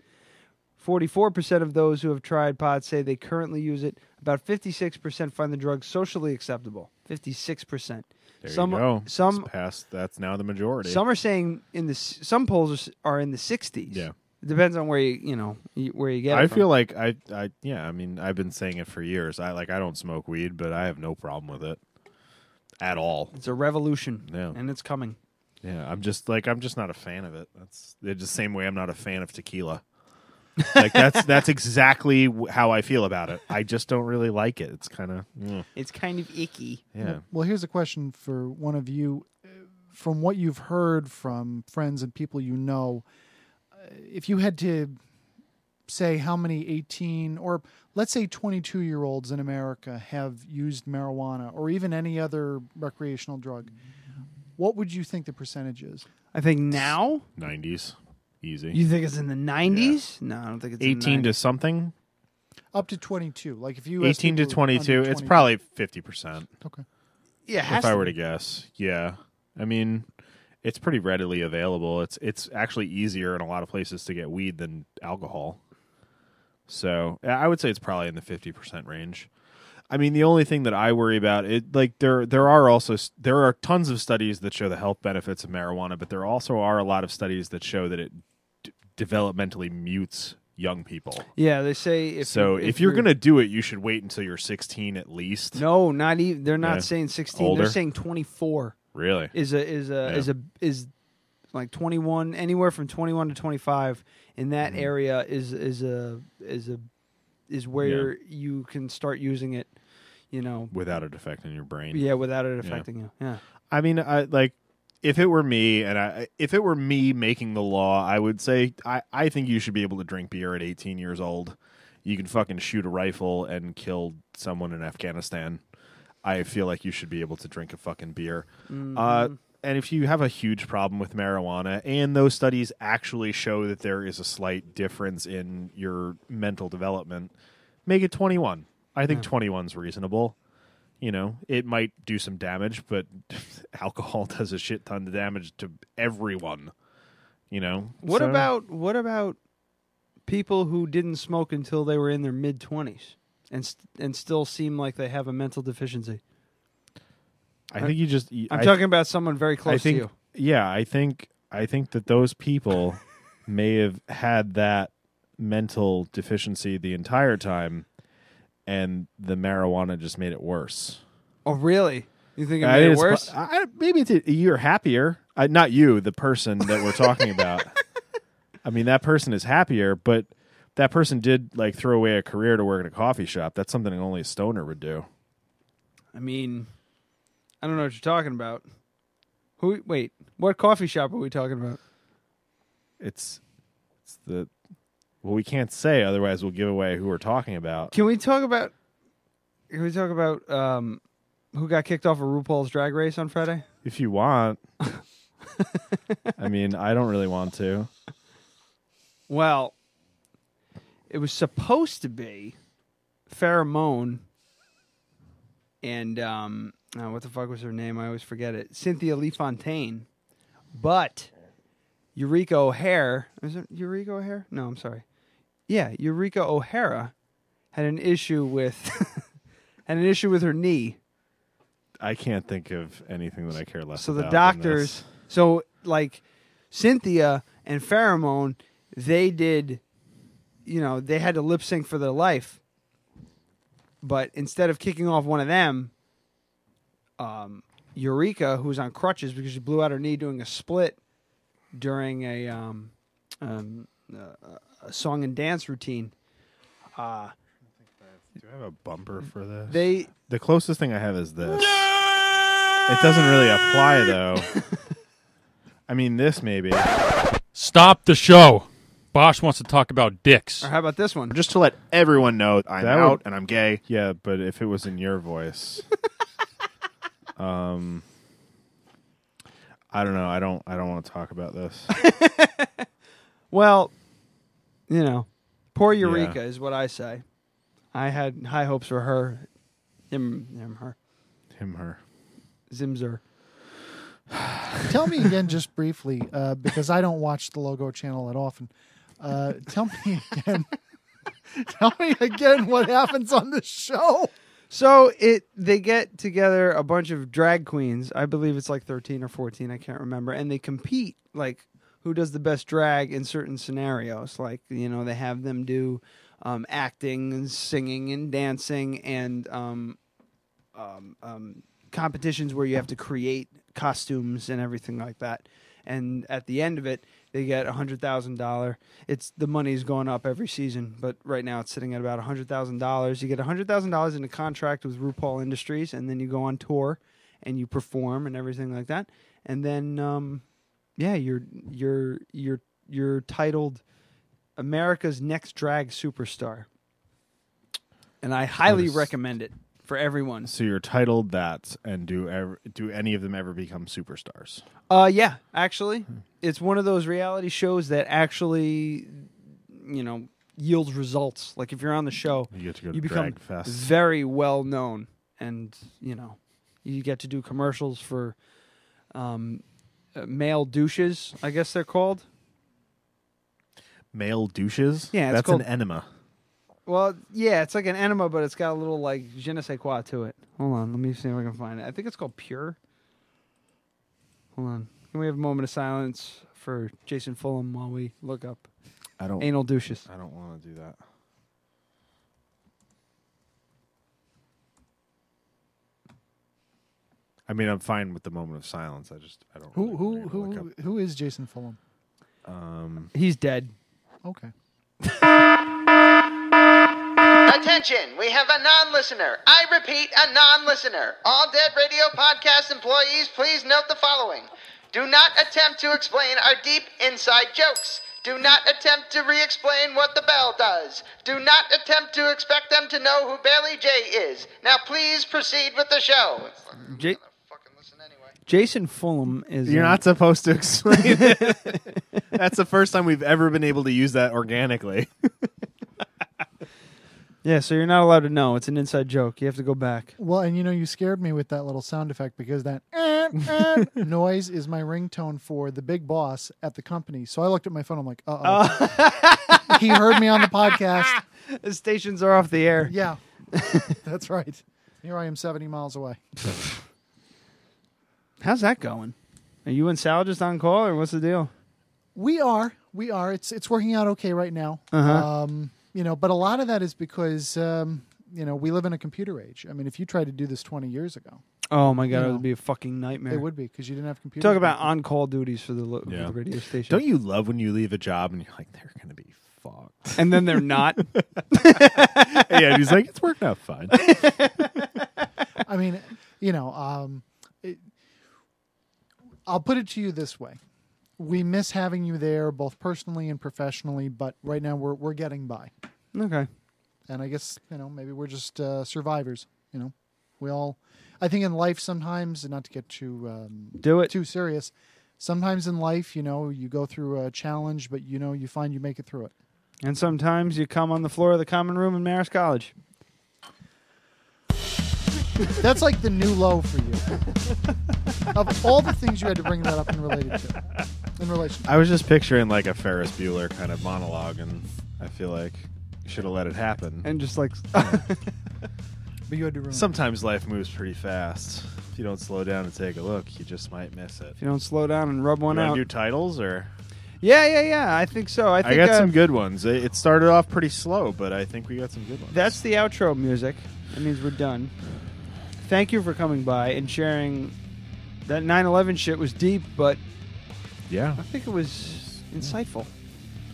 44% of those who have tried pot say they currently use it. About 56% find the drug socially acceptable. 56%.
There
some
you go.
some
It's past that's now the majority.
some are saying in the s- some polls are, s- are in the 60s.
Yeah.
it depends on where you you know you, where you get. it
I
from.
feel like I, I yeah, I mean I've been saying it for years. I like I don't smoke weed, but I have no problem with it at all.
It's a revolution.
Yeah.
and it's coming.
Yeah, I'm just like I'm just not a fan of it. That's it's the same way I'm not a fan of tequila. like that's that's exactly wh- how I feel about it. I just don't really like it. It's kind of
It's kind of icky.
yeah.
Well, here's a question for one of you. Uh, From what you've heard from friends and people you know, uh, if you had to say how many 18 or let's say 22 year olds in America have used marijuana or even any other recreational drug,
Mm-hmm.
what would you think the percentage is?
I think now
90s easy.
you think it's in the 90s. No, I don't think it's in the
18 to something?
Up to 22. Like if you asked
18 to
people under
22. It's
20
probably 50%.
Okay.
Yeah, it
if
has
I
to
were to
be.
guess. Yeah. I mean, it's pretty readily available. It's it's actually easier in a lot of places to get weed than alcohol. So, I- I would say it's probably in the 50% range. I mean, the only thing that I worry about it like there there are also s- there are tons of studies that show the health benefits of marijuana, but there also are a lot of studies that show that it d- developmentally mutes young people.
Yeah, they say if
so
you,
if, you're, gonna do it, you should wait until you're 16 at least.
no, not even they're not
Yeah.
saying 16.
Older?
They're saying 24
Really?
is a is a
Yeah.
is a is like 21 anywhere from 21 to 25 in that
Mm-hmm.
area is is a is a is where you can start using it. You know,
without it affecting your brain.
Yeah, without it affecting you. Yeah.
I mean, I like if it were me, and I if it were me making the law, I would say I I think you should be able to drink beer at 18 years old. You can fucking shoot a rifle and kill someone in Afghanistan. I feel like you should be able to drink a fucking beer.
Mm-hmm.
Uh, and if you have a huge problem with marijuana, and those studies actually show that there is a slight difference in your mental development, make it 21. I think 21's reasonable. You know, it might do some damage, but alcohol does a shit ton of damage to everyone. You know,
What
So-
about what about people who didn't smoke until they were in their mid twenties and st- and still seem like they have a mental deficiency?
I think you just.
I'm
I-
talking about someone very
I
close
think,
to you.
Yeah, I think I think that those people may have had that mental deficiency the entire time, and the marijuana just made it worse.
Oh, really? You think it
I
made
think
it
it's po-
worse?
I, I- maybe it did. you're happier. I, not you, the person that we're talking about. I mean, that person is happier, but that person did like throw away a career to work at a coffee shop. That's something only a stoner would do.
I mean, I don't know what you're talking about. Who? Wait, what coffee shop are we talking about?
It's it's the well, we can't say otherwise we'll give away who we're talking about.
Can we talk about? Can we talk about um, who got kicked off of RuPaul's Drag Race on Friday?
If you want, I mean, I don't really want to.
Well, it was supposed to be pheromone and um, uh, what the fuck was her name? I always forget it. Cynthia Lee Fontaine, but Eureka O'Hare is it Eureka O'Hare? No, I'm sorry. Yeah, Eureka O'Hara had an issue with had an issue with her knee.
I can't think of anything that I care less
So the
about than
doctors,
this.
so like Cynthia and Pheromone, they did, you know, they had to lip sync for their life. But instead of kicking off one of them, um, Eureka, who was on crutches because she blew out her knee doing a split during a um, um, uh, a song and dance routine, uh,
Do I have a bumper for this?
They-
The closest thing I have is this. It doesn't really apply though. I mean this maybe.
Stop the show. Bosch wants to talk about dicks.
Or how about this one?
Just to let everyone know I'm
That would-
out and I'm gay. Yeah, but if it was in your voice. um I don't know. I don't I don't want to talk about this.
Well, you know, poor Eureka is what I say. I had high hopes for her. Him, him her.
Him, her.
Zimzer.
tell me again, just briefly, uh, because I don't watch the Logo Channel that often. Uh, tell me again. tell me again what happens on the show.
So it they get together a bunch of drag queens. I believe it's like 13 or 14, I can't remember, and they compete like who does the best drag in certain scenarios. Like, you know, they have them do um, acting and singing and dancing and um, um, um, competitions where you have to create costumes and everything like that. And at the end of it, they get a hundred thousand dollar. It's the money's going up every season, but right now it's sitting at about a hundred thousand dollars. You get a hundred thousand dollars in a contract with RuPaul Industries, and then you go on tour and you perform and everything like that. And then, um, yeah, you're you're you're you're titled America's Next Drag Superstar, and I highly
Nice.
recommend it for everyone.
So you're titled that and do ever, do any of them ever become superstars?
Uh, yeah, actually, it's one of those reality shows that actually, you know, yields results. Like if you're on the show,
You get to go to
become
Drag Fest.
very well known, and you know, you get to do commercials for um, uh, male douches. I guess they're called.
Male douches?
Yeah, it's
That's
called-
an enema.
Well, yeah, it's like an enema, but it's got a little like je ne sais quoi to it. Hold on, let me see if I can find it. I think it's called Pure. Hold on. Can we have a moment of silence for Jason Fulham while we look up
I don't
anal douches?
I don't want to do that. I mean, I'm fine with the moment of silence. I just I don't.
Who who who who is Jason Fulham?
Um,
He's dead.
Okay.
Attention, we have a non listener. I repeat, a non listener. All Dead Radio podcast employees, please note the following Do not attempt to explain our deep inside jokes. Do not attempt to re explain what the bell does. Do not attempt to expect them to know who Bailey J is. Now, please proceed with the show.
Ja- Jason Fulham is.
You're
an-
not supposed to explain it. That's the first time we've ever been able to use that organically.
Yeah, so you're not allowed to know. It's an inside joke. You have to go back.
Well, and you know, you scared me with that little sound effect because that eh, eh noise is my ringtone for the big boss at the company. So I looked at my phone. I'm like, uh oh. he heard me on the podcast.
The stations are off the air.
Yeah, that's right. Here I am, 70 miles away.
How's that going? Are you and Sal just on call, or what's the deal?
We are, we are. It's it's working out okay right now.
Uh-huh.
Um, you know, but a lot of that is because um, you know, we live in a computer age. I mean, if you tried to do this 20 years ago,
Oh my god,
You
it
know.
would be a fucking nightmare.
it would be because you didn't have computers.
Talk about
back then.
on call duties for the, lo- for the radio station.
Don't you love when you leave a job and you're like, they're going to be fucked?
And then they're not.
yeah, and he's like, it's worked out fine.
I mean, you know, um, it, I'll put it to you this way: we miss having you there, both personally and professionally. But right now, we're we're getting by,
Okay.
and I guess you know maybe we're just uh, survivors. You know, we all. I think in life sometimes, and not to get too um,
Do it.
too serious. Sometimes in life, you know, you go through a challenge, but you know, you find you make it through it.
And sometimes you come on the floor of the common room in Marist College.
That's like the new low for you. of all the things you had to bring that up and related to, in relation.
I was just picturing like a Ferris Bueller kind of monologue, and I feel like you should have let it happen.
And just like.
But you had to ruin.
Sometimes life moves pretty fast. If you don't slow down and take a look, you just might miss it.
If you don't slow down and rub one
you wanna
out.
do titles or?
yeah, yeah, yeah. I think so. I
I,
think
got
uh,
some good ones. It it started off pretty slow, but I think we got some good ones.
That's the outro music. That means we're done. Thank you for coming by and sharing. That 9 11 shit was deep, but
Yeah.
I think it was insightful.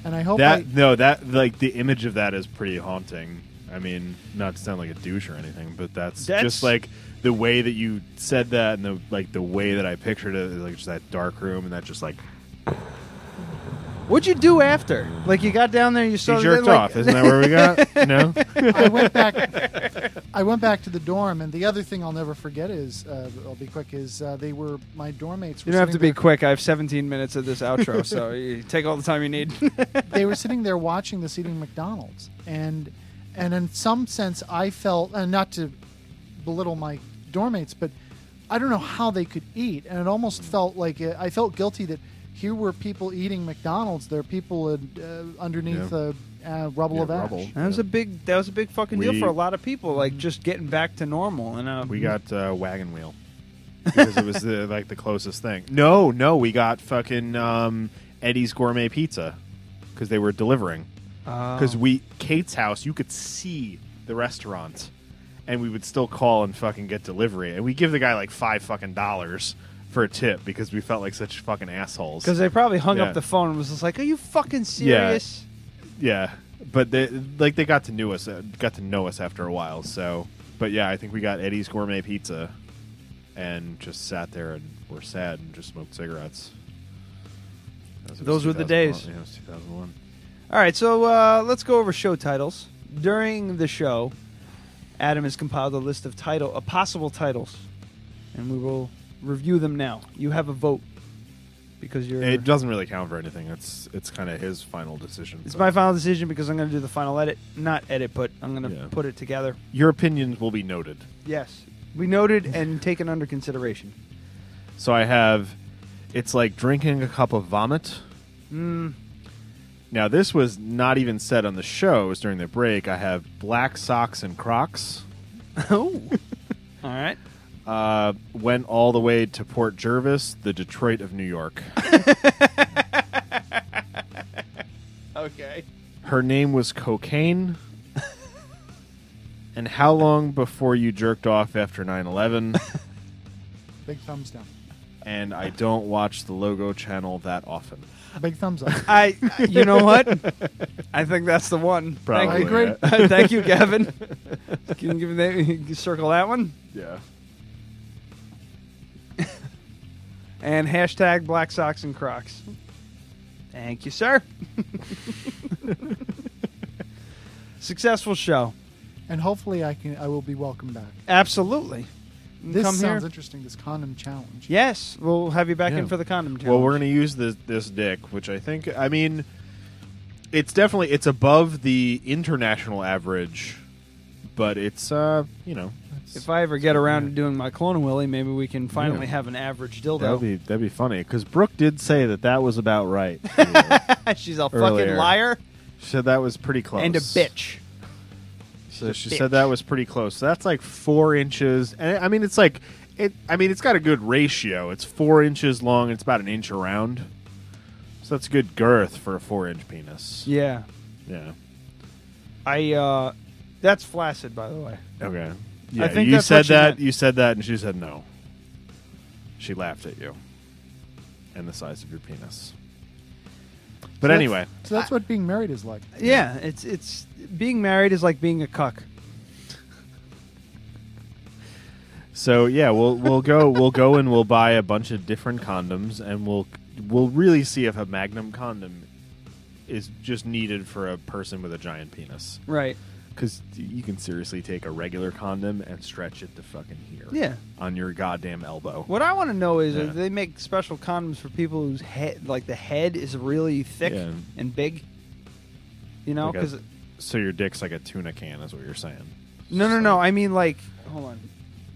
And I
Oh
hope
that
I,
no, that like the image of that is pretty haunting. I mean, not to sound like a douche or anything, but that's,
That's-
just like the way that you said that, and the like the way that I pictured it, like just that dark room, and that just like
What'd you do after? Like, you got down there, you saw
he
the-
jerked
like-
off. Isn't that where we got? no.
I went back. I went back to the dorm, and the other thing I'll never forget is, uh, I'll be quick. Is uh, they were my dorm mates.
You
Were
don't have to
sitting
be
there-
quick. I have 17 minutes of this outro, so you take all the time you need.
they were sitting there watching this eating McDonald's, and and in some sense, I felt and not to belittle my dorm mates, but I don't know how they could eat, and it almost felt like uh, I felt guilty that here were people eating McDonald's. There are people uh, underneath
Yeah.
uh, uh, rubble
Yeah,
of ash.
rubble.
That was a big. That was a big fucking deal
We-
for a lot of people. Like just getting back to normal. And uh,
We got uh, wagon wheel because it was the, like the closest thing. No, no, we got fucking um, Eddie's gourmet pizza because they were delivering. Because we Kate's house, you could see the restaurant, and we would still call and fucking get delivery, and we give the guy like five fucking dollars for a tip because we felt like such fucking assholes.
because they probably hung
Yeah.
up the phone and was just like, "Are you fucking
Yeah.
serious?"
Yeah, but they like they got to knew us, uh, got to know us after a while. So, but yeah, I think we got Eddie's gourmet pizza, and just sat there and were sad and just smoked cigarettes. That was- it was
Those were the
2001.
days.
Yeah, it was 2001.
All right, so uh, let's go over show titles. During the show, Adam has compiled a list of title, uh, possible titles, and we will review them now. You have a vote because you're.
It doesn't really count for anything. It's it's kind of his final decision.
it's
but
my final decision because I'm going to do the final edit, not edit, but I'm going to
Yeah.
put it together.
Your opinions will be noted.
Yes, we noted and taken under consideration.
So I have, it's like drinking a cup of vomit.
Mm,
Now this was not even said on the show. It was during the break. I have black socks and Crocs.
Oh. All right.
uh, went all the way to Port Jervis, the Detroit of New York.
Okay.
Her name was Cocaine. and how long before you jerked off after 9 11?
Big thumbs down.
and I don't watch the Logo Channel that often.
Big thumbs up.
I. You know what? I think that's the one.
Probably,
Thank you,
yeah.
Thank you, Gavin. Can you give that? you can circle that one
Yeah.
and hashtag Black Socks and Crocs. Thank you, sir. Successful show.
And hopefully, I can. I will be welcome back.
Absolutely. You can
This
Come
sounds
here.
interesting. This condom challenge.
Yes, we'll have you back
Yeah.
in for the condom challenge.
Well, we're going to use this this dick, which I think I mean it's definitely it's above the international average, but it's uh, you know, it's-
If I ever get around to doing my clone Willy, maybe we can finally
Yeah.
have an average dildo.
That'd be that'd be funny because Brooke did say that that was about right.
She's a
Earlier.
fucking liar
she said that was pretty close
and a bitch.
So she
bitch.
said that was pretty close. So that's like four inches, and I mean it's like it. I mean it's got a good ratio. It's four inches long. and It's about an inch around. So that's good girth for a four-inch penis.
Yeah.
Yeah.
I uh That's flaccid, by the way.
Okay. Yeah,
I think
you
that's
said
what she
that.
meant.
You said that, and she said no. She laughed at you and the size of your penis. But
So that's-
anyway,
so that's what being married is like.
Yeah, it's it's being married is like being a cuck.
so yeah, we'll we'll go we'll go and we'll buy a bunch of different condoms, and we'll we'll really see if a Magnum condom is just needed for a person with a giant penis.
Right.
Because you can seriously take a regular condom and stretch it to fucking here.
Yeah.
On your goddamn elbow.
What I want to know is
Yeah.
if they make special condoms for people whose head, like the head, is really thick
Yeah.
and big. You know,
Like a-
because
so your dick's like a tuna can, is what you're saying.
no, no, no. I mean, like, hold on,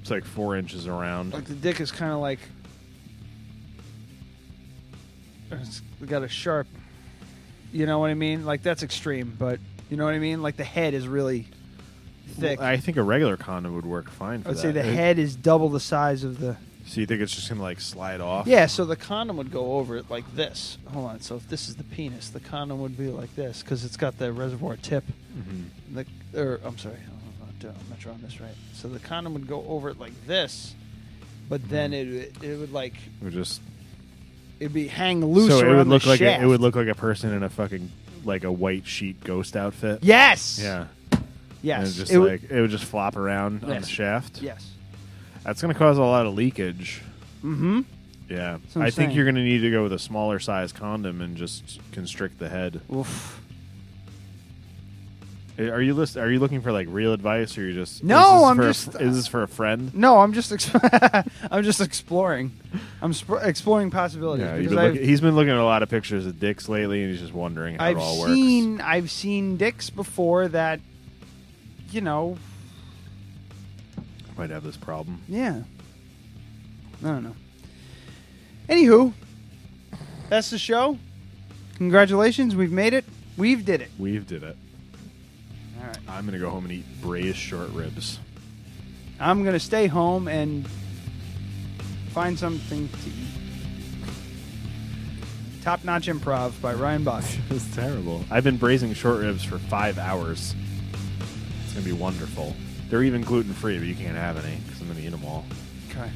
It's like four inches around.
like the dick is kind of like it's got a sharp. You know what I mean? Like that's extreme, but you know what I mean. Like the head is really thick.
Well, I think a regular condom would work fine.
I
For
would say the
that. It-
head is double the size of the.
So you think it's just gonna like slide off?
Yeah, so the condom would go over it like this. Hold on. So if this is the penis, the condom would be like this because it's got the reservoir tip.
Mhm.
Like, or I'm sorry, I'm not, doing- I'm not drawing this right. So the condom would go over it like this,
Mm-hmm.
but then it it, it would like
It would just
it'd be hang loose.
so it
around
would look
the
like a,
shaft.
it would look like a person in a fucking like a white sheet ghost outfit.
Yes!
Yeah.
Yes.
And it just
It would-
like it would just flop around on
Yes.
the shaft.
Yes.
That's gonna cause a lot of leakage.
Mm-hmm.
Yeah.
That's what
I
I'm
think
saying.
you're gonna need to go with a smaller size condom and just constrict the head.
Oof.
Are you list? Are you looking for like real advice, or you just
No,
is this
I'm
for a
just-
fr- is this for a friend?
No, I'm just ex- I'm just exploring. I'm sp- exploring possibilities.
Yeah,
because
you've been
I've-
look- he's been looking at a lot of pictures of dicks lately, and he's just wondering how
I've
it all works.
seen I've seen dicks before that, you know,
Might have this problem.
yeah. I don't know. Anywho, that's the show. Congratulations, we've made it. We've did it.
We've did it.
All right.
I'm gonna go home and eat braised short ribs.
I'm gonna stay home and find something to eat. Top Notch Improv by Ryan Bosch.
It's terrible. I've been braising short ribs for five hours. It's gonna be wonderful. They're even gluten free, but you can't have any because I'm gonna eat them all.
Okay.